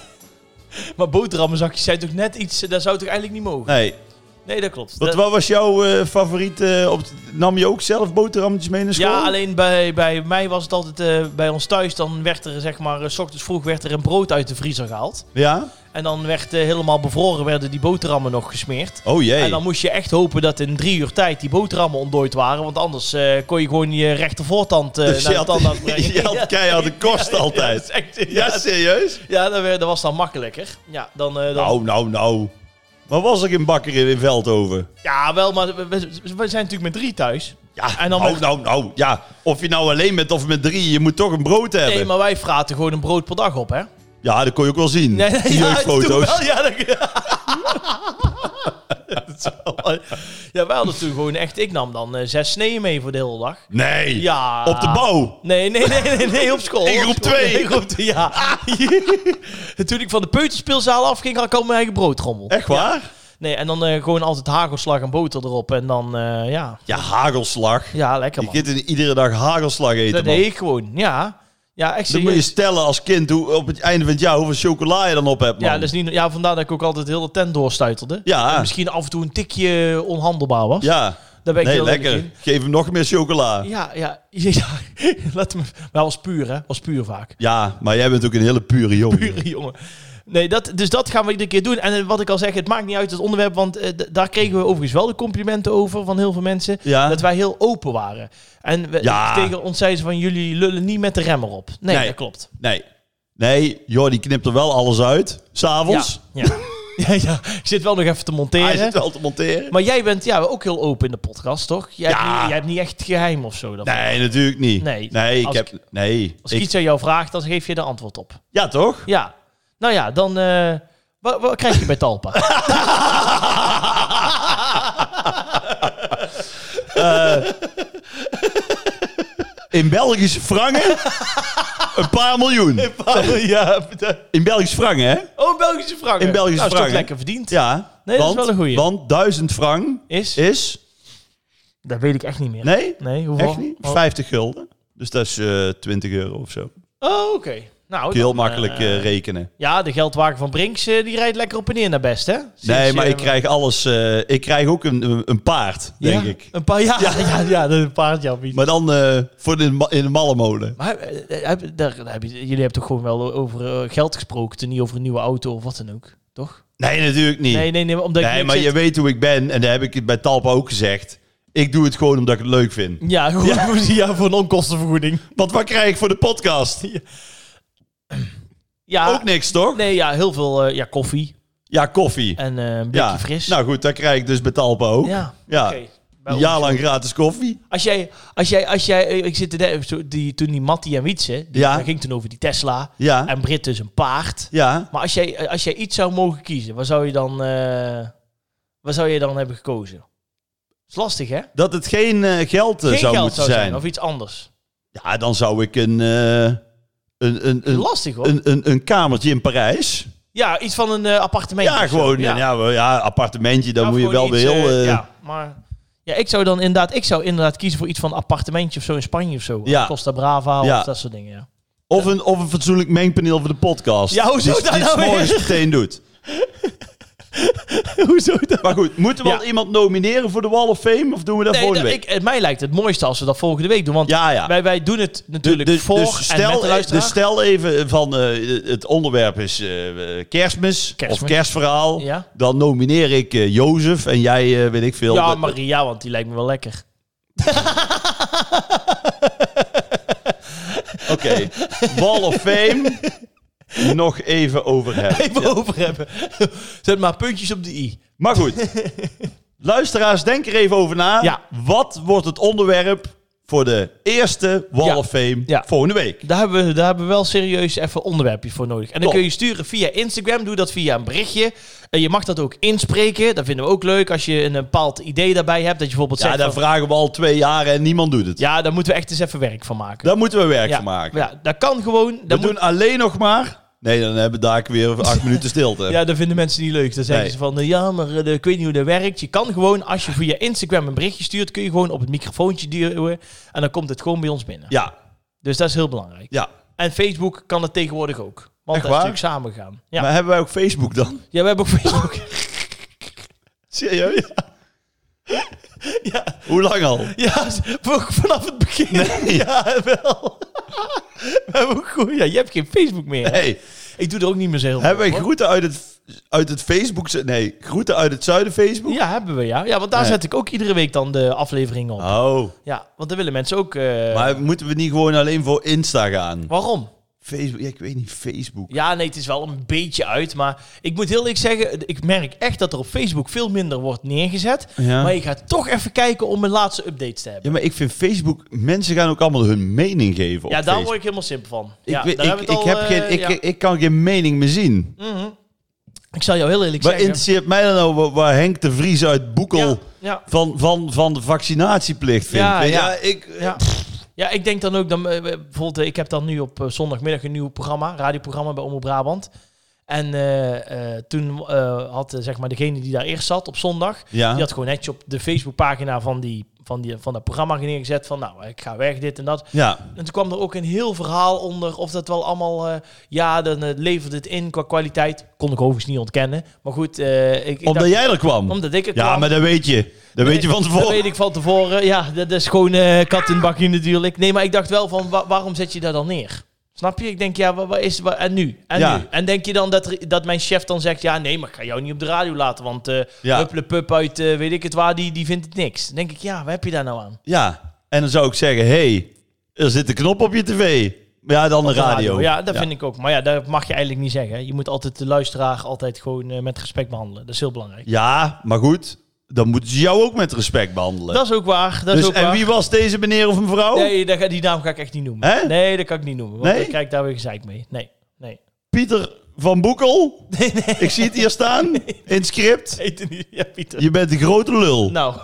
Speaker 1: Maar boterhammenzakjes zijn toch net iets, eh, dat zou toch eigenlijk niet mogen?
Speaker 2: Nee.
Speaker 1: Nee, dat klopt.
Speaker 2: Wat,
Speaker 1: Dat-
Speaker 2: wat was jouw eh, favoriet? eh, op, nam je ook zelf boterhammetjes mee naar school?
Speaker 1: Ja, alleen bij, bij mij was het altijd eh, bij ons thuis. Dan werd er, zeg maar, eh, s ochtends vroeg werd er een brood uit de vriezer gehaald.
Speaker 2: Ja?
Speaker 1: En dan werd eh, helemaal bevroren, werden die boterhammen nog gesmeerd.
Speaker 2: Oh jee.
Speaker 1: En dan moest je echt hopen dat in drie uur tijd die boterhammen ontdooid waren. Want anders eh, kon je gewoon je rechtervoortand eh
Speaker 2: Dus
Speaker 1: naar
Speaker 2: je
Speaker 1: de
Speaker 2: had,
Speaker 1: tandarts brengen.
Speaker 2: je had keihard de kost
Speaker 1: Ja,
Speaker 2: altijd.
Speaker 1: dat is echt-
Speaker 2: Ja,
Speaker 1: ja,
Speaker 2: serieus?
Speaker 1: ja, dat, werd- dat was dan makkelijker. Ja, dan, eh, dan,
Speaker 2: Nou, nou, nou. Maar was ik in Bakker in, in Veldhoven?
Speaker 1: ja wel, maar we, we- we zijn natuurlijk met drie thuis.
Speaker 2: Ja,
Speaker 1: En dan
Speaker 2: nou,
Speaker 1: met-
Speaker 2: nou, nou. Ja, of je nou alleen bent of met drie, je moet toch een brood hebben.
Speaker 1: Nee, maar wij fraten gewoon een brood per dag op, hè?
Speaker 2: Ja, dat kon je ook wel zien.
Speaker 1: Nee, nee,
Speaker 2: die
Speaker 1: ja, toen
Speaker 2: jeugdfoto's.
Speaker 1: wel, ja, dat... Dat is wel- ja, wij hadden toen gewoon echt... Ik nam dan eh, zes sneeën mee voor de hele dag.
Speaker 2: Nee,
Speaker 1: Ja.
Speaker 2: op de bouw.
Speaker 1: Nee, nee, nee, nee, nee, op school.
Speaker 2: In groep
Speaker 1: Op school.
Speaker 2: twee.
Speaker 1: In groep twee, ja. En Toen ik van de peuterspeelzaal afging, had ik al mijn eigen broodtrommel.
Speaker 2: Echt waar?
Speaker 1: Nee, en dan eh, gewoon altijd hagelslag en boter erop. En dan, eh, ja.
Speaker 2: Ja, hagelslag.
Speaker 1: Ja, lekker
Speaker 2: Je
Speaker 1: man.
Speaker 2: kunt in- iedere dag hagelslag eten,
Speaker 1: Dat
Speaker 2: man.
Speaker 1: deed ik gewoon, ja. Ja, echt
Speaker 2: Dan moet je
Speaker 1: serieus.
Speaker 2: stellen als kind hoe, op het einde van het jaar hoeveel chocola je dan op hebt, man.
Speaker 1: Ja, dus- dat is niet, ja, vandaar dat ik ook altijd heel de tent doorstuitelde.
Speaker 2: Ja.
Speaker 1: En misschien af en toe een tikje onhandelbaar was.
Speaker 2: Ja.
Speaker 1: Daar ben ik
Speaker 2: Nee,
Speaker 1: heel eerlijk
Speaker 2: lekker.
Speaker 1: in.
Speaker 2: Geef hem nog meer chocola.
Speaker 1: Ja, ja. ja, ja. Laat me, maar was puur, hè. Was puur vaak.
Speaker 2: Ja, maar jij bent ook een hele pure jongen.
Speaker 1: pure jongen. Nee, dat, dus dat gaan we iedere keer doen. En eh, wat ik al zeg, het maakt niet uit het onderwerp, want eh, d- daar kregen we overigens wel de complimenten over van heel veel mensen.
Speaker 2: Ja.
Speaker 1: Dat wij heel open waren. En we,
Speaker 2: Ja.
Speaker 1: tegen ons zeiden ze van, jullie lullen niet met de remmer op. Nee,
Speaker 2: Nee.
Speaker 1: dat klopt.
Speaker 2: Nee. Nee, joh, die knipt er wel alles uit. S'avonds.
Speaker 1: Ja. Ja. ja, ja. Ik zit wel nog even te
Speaker 2: Hij
Speaker 1: monteren.
Speaker 2: zit wel te monteren.
Speaker 1: Maar jij bent ja, ook heel open in de podcast, toch? Jij, hebt,
Speaker 2: Ja.
Speaker 1: niet, jij hebt niet echt geheim of zo. Dan.
Speaker 2: nee, natuurlijk niet.
Speaker 1: Nee.
Speaker 2: ik
Speaker 1: Als
Speaker 2: heb... Nee.
Speaker 1: Als ik,
Speaker 2: Ik,
Speaker 1: iets aan jou vraag, dan geef je de antwoord op.
Speaker 2: ja, toch?
Speaker 1: Ja. Nou ja, dan... eh, wat, wat krijg je bij Talpa?
Speaker 2: Eh, In Belgische frangen een paar miljoen.
Speaker 1: ja,
Speaker 2: In Belgische frangen, hè?
Speaker 1: Oh, Belgische frank.
Speaker 2: In Belgische
Speaker 1: nou, is toch
Speaker 2: franken.
Speaker 1: lekker verdiend.
Speaker 2: Ja.
Speaker 1: Nee, dat is
Speaker 2: want,
Speaker 1: wel een goeie.
Speaker 2: Want duizend frank
Speaker 1: Is?
Speaker 2: is...
Speaker 1: Dat weet ik echt niet meer.
Speaker 2: Nee?
Speaker 1: Nee, hoeveel?
Speaker 2: Echt niet?
Speaker 1: Oh,
Speaker 2: 50 gulden. Dus dat is eh 20 euro of zo. Kun
Speaker 1: Oh, oké. Nou,
Speaker 2: je heel
Speaker 1: dan,
Speaker 2: makkelijk
Speaker 1: eh,
Speaker 2: eh, rekenen.
Speaker 1: ja, de geldwagen van Brinks, eh, die rijdt lekker op en neer naar best, hè? Sinds,
Speaker 2: Nee, maar
Speaker 1: eh,
Speaker 2: ik krijg alles... eh, ik krijg ook een, een paard,
Speaker 1: ja,
Speaker 2: denk ik.
Speaker 1: Een paar jaar. Ja, ja, ja, dat is een paardje al niet.
Speaker 2: Maar dan eh, voor de, ma- in de mallenmolen.
Speaker 1: Maar eh, heb- daar, daar heb je, jullie hebben toch gewoon wel over eh, geld gesproken, toen niet over een nieuwe auto of wat dan ook, toch?
Speaker 2: Nee, natuurlijk niet.
Speaker 1: Nee, nee, nee, omdat
Speaker 2: Nee,
Speaker 1: ik
Speaker 2: maar
Speaker 1: zit-
Speaker 2: je weet hoe ik ben. En daar heb ik het bij Talpa ook gezegd. Ik doe het gewoon omdat ik het leuk vind.
Speaker 1: Ja, gewoon ja. voor een onkostenvergoeding.
Speaker 2: Want wat krijg ik voor de podcast?
Speaker 1: Ja,
Speaker 2: Ook niks, toch?
Speaker 1: nee, ja, heel veel eh, ja, koffie
Speaker 2: Ja, koffie.
Speaker 1: en eh, een beetje
Speaker 2: ja.
Speaker 1: fris.
Speaker 2: Nou goed, dat krijg ik dus betalpa ook. Ja.
Speaker 1: ja, oké. Bij
Speaker 2: Een
Speaker 1: ons
Speaker 2: jaar lang gratis koffie.
Speaker 1: Als jij, als jij, als jij, eh, ik zit te denken, zo, die, toen die Matti en Wietse, die,
Speaker 2: Ja.
Speaker 1: dat ging toen over die Tesla
Speaker 2: Ja.
Speaker 1: en Brit dus een paard.
Speaker 2: Ja.
Speaker 1: Maar als jij, eh, als jij iets zou mogen kiezen, waar zou je dan, eh, waar zou je dan hebben gekozen? is lastig, hè?
Speaker 2: Dat het geen eh, geld eh,
Speaker 1: Geen
Speaker 2: zou
Speaker 1: geld
Speaker 2: moeten
Speaker 1: zou zijn.
Speaker 2: zijn.
Speaker 1: of iets anders.
Speaker 2: Ja, dan zou ik een, eh, een, een, een,
Speaker 1: lastig, hoor.
Speaker 2: een, een, een kamertje in Parijs.
Speaker 1: ja, iets van een eh, appartement.
Speaker 2: Ja,
Speaker 1: of zo.
Speaker 2: gewoon. Ja, ja, wel, ja, appartementje, dan
Speaker 1: Ja,
Speaker 2: moet je wel
Speaker 1: gewoon
Speaker 2: weer
Speaker 1: Nou, iets,
Speaker 2: heel...
Speaker 1: eh,
Speaker 2: eh,
Speaker 1: ja, maar ja, ik zou dan inderdaad, ik zou inderdaad kiezen voor iets van een appartementje of zo in Spanje of zo.
Speaker 2: Ja.
Speaker 1: Costa Brava
Speaker 2: Ja.
Speaker 1: of dat soort dingen. Ja.
Speaker 2: Of, een, of een fatsoenlijk mengpaneel voor de podcast.
Speaker 1: Ja, hoezo
Speaker 2: die,
Speaker 1: daar
Speaker 2: die
Speaker 1: nou weer?
Speaker 2: s'morgens meteen doet.
Speaker 1: Hoezo dat?
Speaker 2: Maar goed, moeten we
Speaker 1: Ja.
Speaker 2: al iemand nomineren voor de Wall of Fame? Of doen we dat
Speaker 1: Nee,
Speaker 2: volgende
Speaker 1: dat-
Speaker 2: week?
Speaker 1: ik, het- mij lijkt het mooiste als we dat volgende week doen. Want
Speaker 2: Ja, ja.
Speaker 1: Wij, wij doen het natuurlijk
Speaker 2: Dus-
Speaker 1: voor
Speaker 2: dus
Speaker 1: en met
Speaker 2: stel,
Speaker 1: de
Speaker 2: eh,
Speaker 1: luisteraar.
Speaker 2: dus stel even van eh, het onderwerp is eh, eh, kerstmis,
Speaker 1: Kerstmis.
Speaker 2: of kerstverhaal.
Speaker 1: Ja.
Speaker 2: Dan nomineer ik eh, Jozef en jij eh, weet ik veel.
Speaker 1: ja,
Speaker 2: dat-
Speaker 1: Maria, want die lijkt me wel lekker.
Speaker 2: Oké, Wall of Fame. Nog even over hebben.
Speaker 1: Even over hebben. Zet maar puntjes op de i.
Speaker 2: Maar goed, luisteraars, denk er even over na.
Speaker 1: Ja.
Speaker 2: Wat wordt het onderwerp voor de eerste Wall
Speaker 1: Ja.
Speaker 2: of Fame
Speaker 1: Ja.
Speaker 2: volgende week?
Speaker 1: Daar hebben, we, daar hebben we wel serieus even onderwerpjes voor nodig. En dan
Speaker 2: Top.
Speaker 1: kun je sturen via Instagram. Doe dat via een berichtje. En je mag dat ook inspreken. Dat vinden we ook leuk. Als je een bepaald idee daarbij hebt. Dat je bijvoorbeeld
Speaker 2: Ja,
Speaker 1: zegt...
Speaker 2: daar
Speaker 1: van,
Speaker 2: vragen we al twee jaar en niemand doet het.
Speaker 1: ja daar moeten we echt eens even werk van maken.
Speaker 2: Daar moeten we werk
Speaker 1: ja,
Speaker 2: van maken.
Speaker 1: Ja, dat kan gewoon.
Speaker 2: We
Speaker 1: Dat moet,
Speaker 2: doen alleen nog maar... Nee, dan hebben we daar weer acht minuten stilte.
Speaker 1: Ja, dat vinden mensen niet leuk. Dan zeggen
Speaker 2: Nee.
Speaker 1: ze van, eh, ja, maar eh, ik weet niet hoe dat werkt. Je kan gewoon, als je via Instagram een berichtje stuurt, kun je gewoon op het microfoontje duwen. En dan komt het gewoon bij ons binnen.
Speaker 2: Ja,
Speaker 1: Dus dat is heel belangrijk.
Speaker 2: ja.
Speaker 1: En Facebook kan dat tegenwoordig ook. Want
Speaker 2: Echt
Speaker 1: dat is
Speaker 2: waar?
Speaker 1: natuurlijk samengegaan. Ja.
Speaker 2: Maar hebben wij ook Facebook dan?
Speaker 1: ja, we hebben ook Facebook.
Speaker 2: Serieus? Hoe lang al?
Speaker 1: ja, v- vanaf het begin. Ja, wel. we hebben ook goed. Ja, je hebt geen Facebook meer. hè?
Speaker 2: Hey,
Speaker 1: Ik doe er ook niet meer zo heel
Speaker 2: hebben wij
Speaker 1: hoor.
Speaker 2: groeten uit het, uit het Facebook... Nee, groeten uit het zuiden Facebook?
Speaker 1: Ja, hebben we, ja. Ja, want daar
Speaker 2: Nee.
Speaker 1: zet ik ook iedere week dan de aflevering op.
Speaker 2: Oh,
Speaker 1: Ja, want dan willen mensen ook... eh,
Speaker 2: maar moeten we niet gewoon alleen voor Insta gaan?
Speaker 1: Waarom?
Speaker 2: Facebook, ja, ik weet niet, Facebook.
Speaker 1: Ja, nee, het is wel een beetje uit. Maar ik moet heel eerlijk zeggen, ik merk echt dat er op Facebook veel minder wordt neergezet.
Speaker 2: Ja.
Speaker 1: Maar ik ga toch even kijken om mijn laatste updates te hebben.
Speaker 2: Ja, maar ik vind Facebook... Mensen gaan ook allemaal hun mening geven op
Speaker 1: Ja, daar
Speaker 2: Facebook.
Speaker 1: word ik helemaal simpel van.
Speaker 2: Ik,
Speaker 1: ja,
Speaker 2: weet-
Speaker 1: daar
Speaker 2: ik,
Speaker 1: hebben
Speaker 2: ik,
Speaker 1: we het
Speaker 2: heb
Speaker 1: al,
Speaker 2: geen,
Speaker 1: eh,
Speaker 2: ik,
Speaker 1: ja.
Speaker 2: ik, kan geen mening meer zien.
Speaker 1: Mhm. Ik zal jou heel eerlijk
Speaker 2: Waar
Speaker 1: zeggen.
Speaker 2: interesseert mij dan nou waar, waar Henk de Vries uit Boekel
Speaker 1: Ja, ja,
Speaker 2: van, van, van de vaccinatieplicht vindt?
Speaker 1: Ja,
Speaker 2: Weet je,
Speaker 1: ja.
Speaker 2: ik,
Speaker 1: ja. ja, ik denk dan ook, dan, eh, bijvoorbeeld, eh, ik heb dan nu op eh, zondagmiddag een nieuw programma, radioprogramma bij Omroep Brabant. En eh, eh, toen eh, had eh, zeg maar degene die daar eerst zat op zondag,
Speaker 2: Ja.
Speaker 1: Die had gewoon netjes op de Facebookpagina van, die, van, die, van dat programma neergezet van nou, ik ga weg, dit en dat.
Speaker 2: Ja.
Speaker 1: En toen kwam er ook een heel verhaal onder of dat wel allemaal, eh, ja, dan eh, levert het in qua kwaliteit. Kon ik overigens niet ontkennen. Maar goed, eh, ik, ik
Speaker 2: Omdat
Speaker 1: dacht-
Speaker 2: jij er kwam.
Speaker 1: omdat ik er
Speaker 2: ja,
Speaker 1: kwam.
Speaker 2: maar dat weet je. Dat weet je van tevoren.
Speaker 1: Dat weet ik van tevoren. Ja, dat is gewoon eh, kat in het bakje natuurlijk. Nee, maar ik dacht wel van, wa- waarom zet je daar dan neer? Snap je? Ik denk, ja, wat, is, wa- en nu? En
Speaker 2: Ja.
Speaker 1: nu? En denk je dan dat, er- dat mijn chef dan zegt, ja, nee, maar ik ga jou niet op de radio laten, want eh
Speaker 2: Ja.
Speaker 1: huppelepup uit eh, weet ik het waar, die, die vindt het niks. Dan denk ik, ja, wat heb je daar nou aan?
Speaker 2: Ja. En dan zou ik zeggen, hey, er zit een knop op je tv. Maar Ja, dan de
Speaker 1: Op de
Speaker 2: radio.
Speaker 1: Ja, dat vind ik ook. Maar ja, dat mag je eigenlijk niet zeggen. hè. Je moet altijd de luisteraar altijd gewoon eh, met respect behandelen. Dat is heel belangrijk.
Speaker 2: Ja, maar goed. Dan moeten ze jou ook met respect behandelen.
Speaker 1: Dat is ook waar. Dat
Speaker 2: dus,
Speaker 1: is ook
Speaker 2: en
Speaker 1: waar.
Speaker 2: wie was deze meneer of mevrouw?
Speaker 1: Nee, dat ga- die naam ga ik echt niet noemen.
Speaker 2: Hè?
Speaker 1: Nee, dat kan ik niet noemen. Want
Speaker 2: Nee?
Speaker 1: dan krijg ik daar weer gezeik mee. Nee, nee.
Speaker 2: Pieter van Boekel? Ik zie het hier staan. In het script.
Speaker 1: Heet het niet. Ja, Pieter.
Speaker 2: Je bent de grote lul.
Speaker 1: Nou.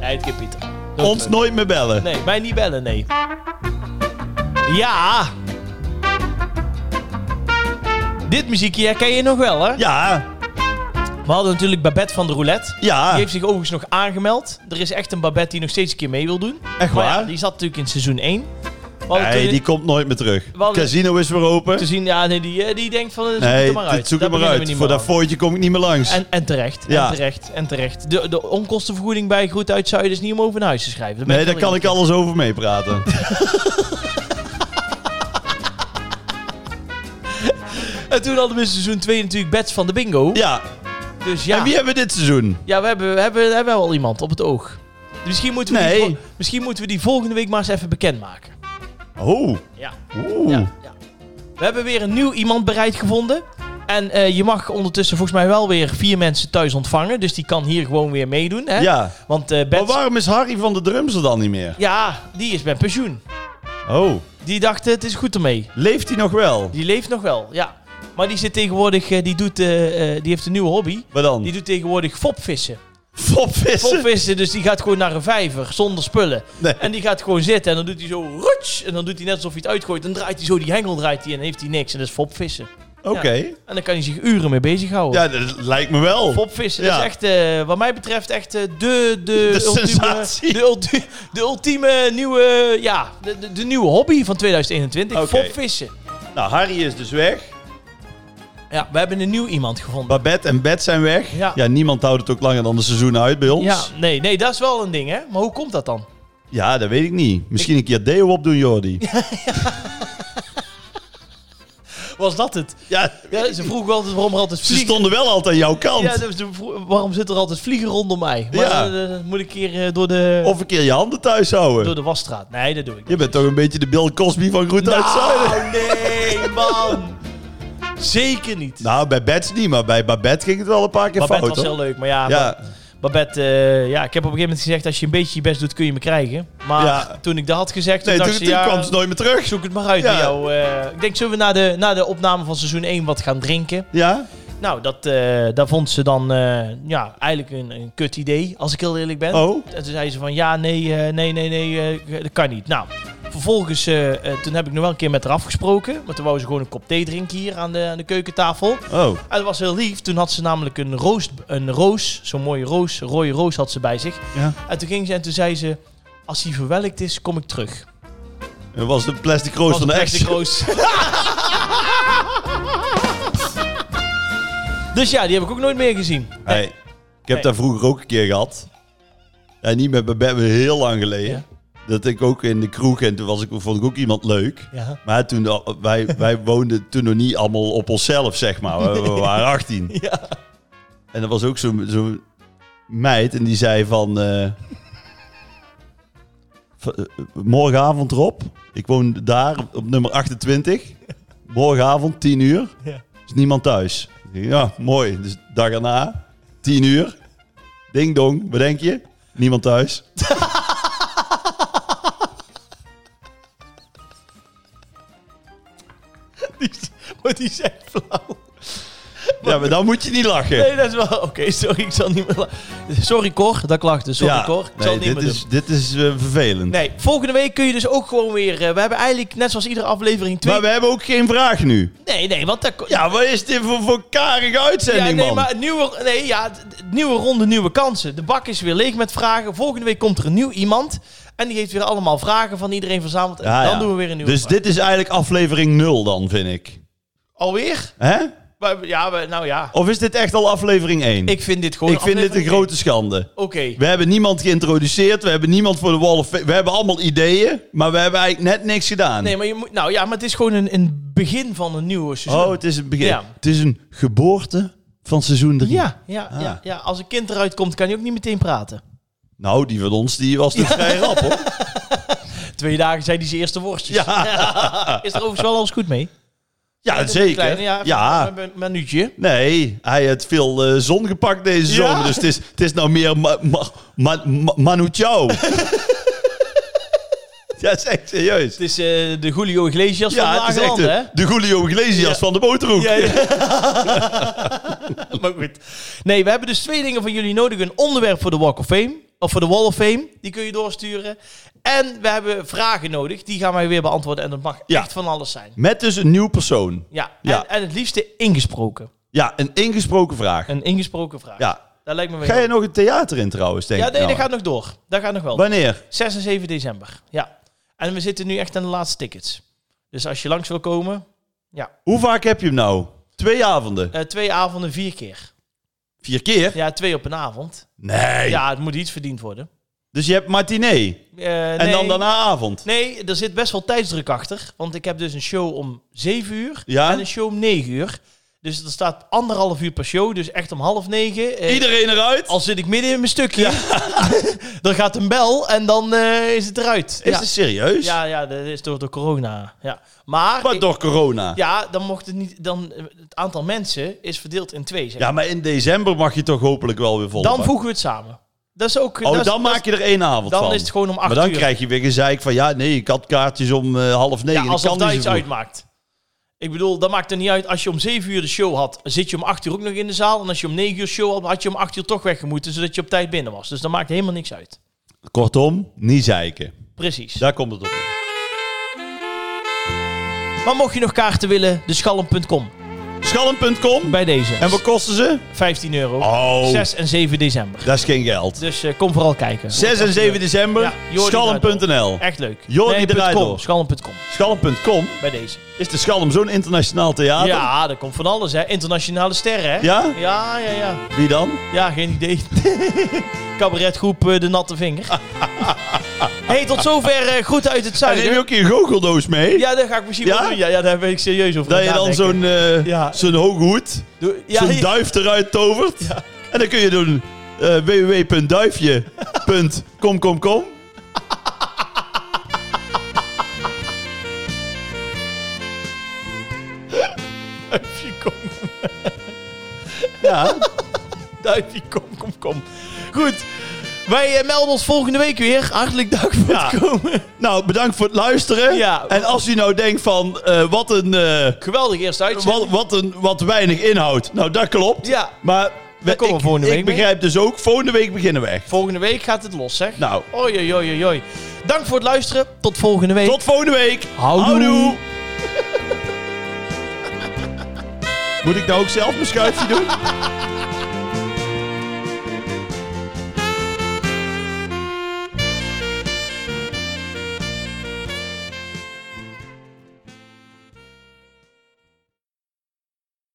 Speaker 1: nee, het is Pieter. Doe
Speaker 2: Ons
Speaker 1: het.
Speaker 2: nooit meer bellen.
Speaker 1: Nee, mij niet bellen, nee. Ja. Dit muziekje herken je nog wel, hè?
Speaker 2: Ja,
Speaker 1: We hadden natuurlijk Babette van de Roulette.
Speaker 2: ja.
Speaker 1: Die heeft zich overigens nog aangemeld. Er is echt een Babette die nog steeds een keer mee wil doen.
Speaker 2: Echt
Speaker 1: Maar ja,
Speaker 2: waar?
Speaker 1: die zat natuurlijk in seizoen 1.
Speaker 2: Nee, die komt nooit meer terug.
Speaker 1: hadden-
Speaker 2: Casino is weer open.
Speaker 1: te zien, ja, nee, die, eh, die denkt van, eh, zoek het
Speaker 2: nee,
Speaker 1: er maar uit.
Speaker 2: dit zoek
Speaker 1: Daar
Speaker 2: het
Speaker 1: beginnen we
Speaker 2: maar uit.
Speaker 1: niet
Speaker 2: Voor
Speaker 1: meer
Speaker 2: dat voortje kom ik niet meer langs.
Speaker 1: aan. en, en terecht,
Speaker 2: Ja.
Speaker 1: en terecht, en terecht. De, de onkostenvergoeding bij Groet uit Zuiden is niet om over naar huis te schrijven. Daar ben
Speaker 2: nee, daar
Speaker 1: wel
Speaker 2: kan ik alles over meepraten.
Speaker 1: eerlijk in. En toen hadden we in seizoen 2 natuurlijk Bets van de Bingo.
Speaker 2: ja.
Speaker 1: Dus ja,
Speaker 2: en wie hebben we dit seizoen?
Speaker 1: ja we, hebben, we, hebben, we hebben wel iemand op het oog. Misschien moeten, we die
Speaker 2: Nee.
Speaker 1: vo- misschien moeten we die volgende week maar eens even bekendmaken.
Speaker 2: Oh,
Speaker 1: Ja.
Speaker 2: oeh.
Speaker 1: Ja, ja. We hebben weer een nieuw iemand bereid gevonden. En eh, je mag ondertussen volgens mij wel weer vier mensen thuis ontvangen. Dus die kan hier gewoon weer meedoen. Hè?
Speaker 2: Ja.
Speaker 1: Want eh
Speaker 2: Maar
Speaker 1: Bets-
Speaker 2: waarom is Harry van de Drums er dan niet meer?
Speaker 1: Ja, die is met pensioen.
Speaker 2: Oh,
Speaker 1: Die dacht, eh, het is goed ermee.
Speaker 2: leeft hij nog wel?
Speaker 1: Die leeft nog wel, ja. Maar die zit tegenwoordig, eh, die, doet, eh, eh, die heeft een nieuwe hobby. Die
Speaker 2: Maar dan?
Speaker 1: doet tegenwoordig fopvissen.
Speaker 2: Fopvissen?
Speaker 1: Fopvissen, dus die gaat gewoon naar een vijver zonder spullen.
Speaker 2: Nee.
Speaker 1: En die gaat gewoon zitten en dan doet hij zo ruts. En dan doet hij net alsof hij het uitgooit. En draait hij zo die hengel draait hij en heeft hij niks. En dat is fopvissen.
Speaker 2: Oké.
Speaker 1: En dan kan hij zich uren mee bezighouden.
Speaker 2: Ja, dat lijkt me wel.
Speaker 1: Popvissen, dat
Speaker 2: Ja.
Speaker 1: is echt, eh, wat mij betreft, echt eh, de, de,
Speaker 2: De
Speaker 1: ultieme,
Speaker 2: sensatie.
Speaker 1: de, ulti- de ultieme nieuwe, ja, de, de, de nieuwe hobby van 2021.
Speaker 2: Oké.
Speaker 1: Popvissen.
Speaker 2: Nou, Harry is dus weg.
Speaker 1: Ja, we hebben een nieuw iemand gevonden.
Speaker 2: Babette en Bed zijn weg.
Speaker 1: Ja.
Speaker 2: Ja. niemand houdt het ook langer dan de seizoen uit bij ons.
Speaker 1: Ja,
Speaker 2: Ja,
Speaker 1: nee, nee, dat is wel een ding, hè? Maar hoe komt dat dan?
Speaker 2: dat weet ik niet. Misschien een keer deo opdoen, Jordi. Ja,
Speaker 1: Was dat het? Ja, ze vroegen altijd waarom er altijd
Speaker 2: ze
Speaker 1: vliegen...
Speaker 2: stonden wel altijd aan jouw kant.
Speaker 1: Ja, dus ze vroegen, waarom zit er altijd vliegen rondom mij? Maar
Speaker 2: Ja.
Speaker 1: eh, dan moet ik hier eh, door, de,
Speaker 2: Of een keer je handen thuis houden.
Speaker 1: door de wasstraat. Nee, dat doe ik
Speaker 2: Je
Speaker 1: niet.
Speaker 2: bent toch een beetje de Bill Cosby van Groet uit Zuiden.
Speaker 1: Nou, nee, man. Zeker niet.
Speaker 2: Nou, bij Bets niet, maar bij Babette ging het wel een paar keer
Speaker 1: Babette
Speaker 2: fout.
Speaker 1: was
Speaker 2: hoor.
Speaker 1: heel leuk, maar ja,
Speaker 2: ja,
Speaker 1: Babette, eh, ja, ik heb op een gegeven moment gezegd, als je een beetje je best doet, kun je me krijgen. Maar
Speaker 2: Ja.
Speaker 1: toen ik dat had gezegd, toen
Speaker 2: nee, toen,
Speaker 1: dacht ze,
Speaker 2: toen
Speaker 1: ja,
Speaker 2: kwam ze nooit meer terug.
Speaker 1: zoek het maar uit
Speaker 2: Ja.
Speaker 1: bij jou. eh. ik denk, zullen we na de, na de opname van seizoen 1 wat gaan drinken?
Speaker 2: Ja?
Speaker 1: Nou, dat, eh dat vond ze dan eh, ja, eigenlijk een, een kut idee, als ik heel eerlijk ben.
Speaker 2: Oh,
Speaker 1: En toen zei ze van, ja, nee, eh, nee, nee, nee, eh, dat kan niet. Nou, vervolgens, eh, eh, toen heb ik nog wel een keer met haar afgesproken. Maar toen wou ze gewoon een kop thee drinken hier aan de, aan de keukentafel.
Speaker 2: oh.
Speaker 1: En dat was heel lief. Toen had ze namelijk een roos, een roos zo'n mooie roos, een rode roos had ze bij zich.
Speaker 2: Ja.
Speaker 1: En toen ging ze en toen zei ze, als die verwelkt is, kom ik terug.
Speaker 2: Dat was de plastic roos van de
Speaker 1: echte
Speaker 2: ex.
Speaker 1: roos. dus ja, die heb ik ook nooit meer gezien.
Speaker 2: Hey, ik heb
Speaker 1: Nee.
Speaker 2: daar vroeger ook een keer gehad. Ja, niet met Babette, maar heel lang geleden. Dat ik ook in de kroeg, en toen was ik, vond ik ook iemand leuk.
Speaker 1: Ja.
Speaker 2: Maar toen, al- wij, wij woonden toen nog niet allemaal op onszelf, zeg maar. We, we waren 18.
Speaker 1: Ja.
Speaker 2: En er was ook zo'n zo'n meid en die zei van... eh, v- eh, morgenavond Rob, ik woon daar op nummer 28. Morgenavond, 10 uur,
Speaker 1: Ja.
Speaker 2: is niemand thuis. Ja, mooi. Dus dag erna, 10 uur. Ding dong, wat denk je? Niemand thuis.
Speaker 1: Die, maar die zijn flauw.
Speaker 2: Ja, maar dan moet je niet lachen.
Speaker 1: Nee, dat is wel... Oké, sorry, ik zal niet meer la- Sorry Cor, dat klachten. Sorry
Speaker 2: ja,
Speaker 1: Cor, ik zal
Speaker 2: nee,
Speaker 1: het niet meer
Speaker 2: dit,
Speaker 1: doen.
Speaker 2: is, dit is eh, vervelend.
Speaker 1: Nee, volgende week kun je dus ook gewoon weer... eh, we hebben eigenlijk, net zoals iedere aflevering, twee...
Speaker 2: Maar we hebben ook geen vraag nu.
Speaker 1: Nee, nee, want daar... ko-
Speaker 2: Ja, wat is dit voor, voor karige uitzending,
Speaker 1: Ja, nee,
Speaker 2: man?
Speaker 1: maar het nieuwe, nee, ja, het- het nieuwe ronde, nieuwe kansen. De bak is weer leeg met vragen. Volgende week komt er een nieuw iemand. En die heeft weer allemaal vragen van iedereen verzameld. En
Speaker 2: Ja,
Speaker 1: dan
Speaker 2: ja.
Speaker 1: doen we weer een nieuwe
Speaker 2: Dus
Speaker 1: vraag.
Speaker 2: dit is eigenlijk aflevering 0 dan, vind ik.
Speaker 1: Alweer?
Speaker 2: Hè?
Speaker 1: We- Ja, we- nou ja.
Speaker 2: Of is dit echt al aflevering 1?
Speaker 1: Ik vind dit gewoon
Speaker 2: vind dit een
Speaker 1: aflevering
Speaker 2: grote schande.
Speaker 1: één. Oké.
Speaker 2: We hebben niemand geïntroduceerd, we hebben niemand voor de Wall of Fame. We hebben allemaal ideeën, maar we hebben eigenlijk net niks gedaan.
Speaker 1: Nee, maar je moet... Nou ja, maar het is gewoon een, een begin van een nieuwe seizoen.
Speaker 2: oh, het is een begin.
Speaker 1: Ja.
Speaker 2: Het is een geboorte van seizoen 3.
Speaker 1: Ja, ja, ja,
Speaker 2: Ah.
Speaker 1: ja. Als een kind eruit komt, kan hij ook niet meteen praten.
Speaker 2: Nou, die van ons die was toch vrij rap, hoor.
Speaker 1: Twee dagen zijn die zijn eerste worstjes. Is er overigens wel alles goed mee?
Speaker 2: Ja, zeker.
Speaker 1: Kleine, ja.
Speaker 2: ja,
Speaker 1: even Een minuutje.
Speaker 2: Nee, hij heeft veel eh, zon gepakt
Speaker 1: Ja.
Speaker 2: deze zomer. Dus het is, het is nou meer ma, ma, ma, ma- Manu Chao. ja, dat is echt serieus.
Speaker 1: Het is eh, de Julio Iglesias van de
Speaker 2: Ja, het is echt eh,
Speaker 1: Lage Landen, hè?
Speaker 2: de, de Julio Iglesias
Speaker 1: Ja.
Speaker 2: van de boterhoek.
Speaker 1: eh, Ja, ja. maar goed. Nee, we hebben dus twee dingen van jullie nodig. Een onderwerp voor de Walk of Fame. Of voor de Wall of Fame. Die kun je doorsturen. En we hebben vragen nodig. Die gaan wij weer beantwoorden. En dat mag
Speaker 2: Ja.
Speaker 1: echt van alles zijn.
Speaker 2: Met dus een nieuw persoon.
Speaker 1: Ja.
Speaker 2: Ja.
Speaker 1: En, en het liefste ingesproken.
Speaker 2: Ja, een ingesproken vraag.
Speaker 1: Een ingesproken vraag.
Speaker 2: Ja.
Speaker 1: Daar lijkt me wel.
Speaker 2: Ga je nog het theater in trouwens, denk
Speaker 1: ja,
Speaker 2: ik
Speaker 1: nee,
Speaker 2: nou.
Speaker 1: dat gaat nog door. Dat gaat nog wel.
Speaker 2: Wanneer?
Speaker 1: 6 en 7 december. Ja. En we zitten nu echt aan de laatste tickets. Dus als je langs wil komen,
Speaker 2: Hoe vaak heb je hem nou? Twee avonden?
Speaker 1: eh, twee avonden, vier keer.
Speaker 2: Vier keer?
Speaker 1: Ja, twee op een avond.
Speaker 2: Nee.
Speaker 1: Ja, het moet iets verdiend worden.
Speaker 2: Dus je hebt matinee.
Speaker 1: Eh,
Speaker 2: En dan
Speaker 1: nee.
Speaker 2: daarna avond.
Speaker 1: Nee, er zit best wel tijdsdruk achter. Want ik heb dus een show om 7 uur
Speaker 2: Ja?
Speaker 1: en een show om 9 uur. Dus er staat anderhalf uur per show. Dus echt om half negen. Eh,
Speaker 2: Iedereen eruit.
Speaker 1: Al zit ik midden in mijn stukje. dan gaat een bel en dan eh, is het eruit.
Speaker 2: Is
Speaker 1: ja.
Speaker 2: het serieus?
Speaker 1: ja, ja, dat is door, door corona. Ja. Maar,
Speaker 2: Maar door corona. Ja.
Speaker 1: ja, dan mocht het niet. Dan, eh, het aantal mensen is verdeeld in twee. Zeg.
Speaker 2: maar in december mag je toch hopelijk wel weer vol.
Speaker 1: dan voegen we het samen. Dat is ook. dat
Speaker 2: Oh,
Speaker 1: is-
Speaker 2: dan
Speaker 1: dat is-
Speaker 2: maak je er één avond
Speaker 1: dan
Speaker 2: van.
Speaker 1: is het gewoon om acht
Speaker 2: maar dan
Speaker 1: uur.
Speaker 2: krijg je weer gezeik van ja, nee, ik had kaartjes om eh, half negen.
Speaker 1: ja,
Speaker 2: ik
Speaker 1: alsof
Speaker 2: kan
Speaker 1: dat
Speaker 2: niet
Speaker 1: iets
Speaker 2: zo vroeg.
Speaker 1: uitmaakt. Ik bedoel, dat maakt er niet uit. Als je om 7 uur de show had, zit je om 8 uur ook nog in de zaal. En als je om 9 uur show had, had je om 8 uur toch weggemoeten, zodat je op tijd binnen was. Dus dat maakt helemaal niks uit.
Speaker 2: Kortom, niet zeiken.
Speaker 1: Precies.
Speaker 2: Daar komt het op. neer.
Speaker 1: Maar mocht je nog kaarten willen, de schalm.com
Speaker 2: Schalm.com.
Speaker 1: bij deze.
Speaker 2: En wat kosten ze?
Speaker 1: 15 euro.
Speaker 2: Oh,
Speaker 1: 6 en 7 december.
Speaker 2: dat is geen geld.
Speaker 1: Dus eh, kom vooral kijken.
Speaker 2: 6 en 7 december,
Speaker 1: Ja, Jordi
Speaker 2: schalm.nl.
Speaker 1: Echt leuk.
Speaker 2: Jordi
Speaker 1: nee,
Speaker 2: draait
Speaker 1: .com,
Speaker 2: door.
Speaker 1: Schalm.com
Speaker 2: Schalm.com.
Speaker 1: bij deze.
Speaker 2: Is de Schalm zo'n internationaal theater?
Speaker 1: Ja, er komt van alles, hè. Internationale sterren, hè.
Speaker 2: Ah, Ja?
Speaker 1: Ja, ja, ja.
Speaker 2: Wie dan?
Speaker 1: Ja, geen idee. Cabaretgroep eh, De Natte Vinger. hey, tot zover eh Groeten uit het
Speaker 2: En neem je
Speaker 1: Zuiden.
Speaker 2: ook je goocheldoos mee?
Speaker 1: Ja, daar ga ik misschien
Speaker 2: Ja?
Speaker 1: wel doen. Ja, ja, daar ben ik serieus over.
Speaker 2: Dat
Speaker 1: aan
Speaker 2: je
Speaker 1: het
Speaker 2: dan
Speaker 1: nadenken.
Speaker 2: zo'n eh,
Speaker 1: Ja.
Speaker 2: zo'n hoge hoed,
Speaker 1: Doe- ja,
Speaker 2: zo'n
Speaker 1: ja.
Speaker 2: duif eruit tovert. En dan kun je doen eh www.duifje.com.com.
Speaker 1: Duifje, kom,
Speaker 2: Ja,
Speaker 1: duifje, kom, kom, kom. Goed. Wij eh, melden ons volgende week weer. Hartelijk dank voor
Speaker 2: Ja.
Speaker 1: het komen.
Speaker 2: nou bedankt voor het luisteren.
Speaker 1: Ja.
Speaker 2: En als u nou denkt van eh, wat, een, eh,
Speaker 1: Geweldig eerste uitzending.
Speaker 2: wat, wat een wat weinig inhoud. Nou dat klopt.
Speaker 1: Ja.
Speaker 2: Maar we,
Speaker 1: komen we
Speaker 2: ik,
Speaker 1: volgende
Speaker 2: ik
Speaker 1: week mee.
Speaker 2: begrijp dus ook, volgende week beginnen we echt.
Speaker 1: Volgende week gaat het los, zeg.
Speaker 2: Nou,
Speaker 1: Oei, oei, oei, oei, oei. Dank voor het luisteren. Tot volgende week.
Speaker 2: tot volgende week.
Speaker 1: Houdoe.
Speaker 2: Houdoe. Moet ik nou ook zelf mijn schuifje doen?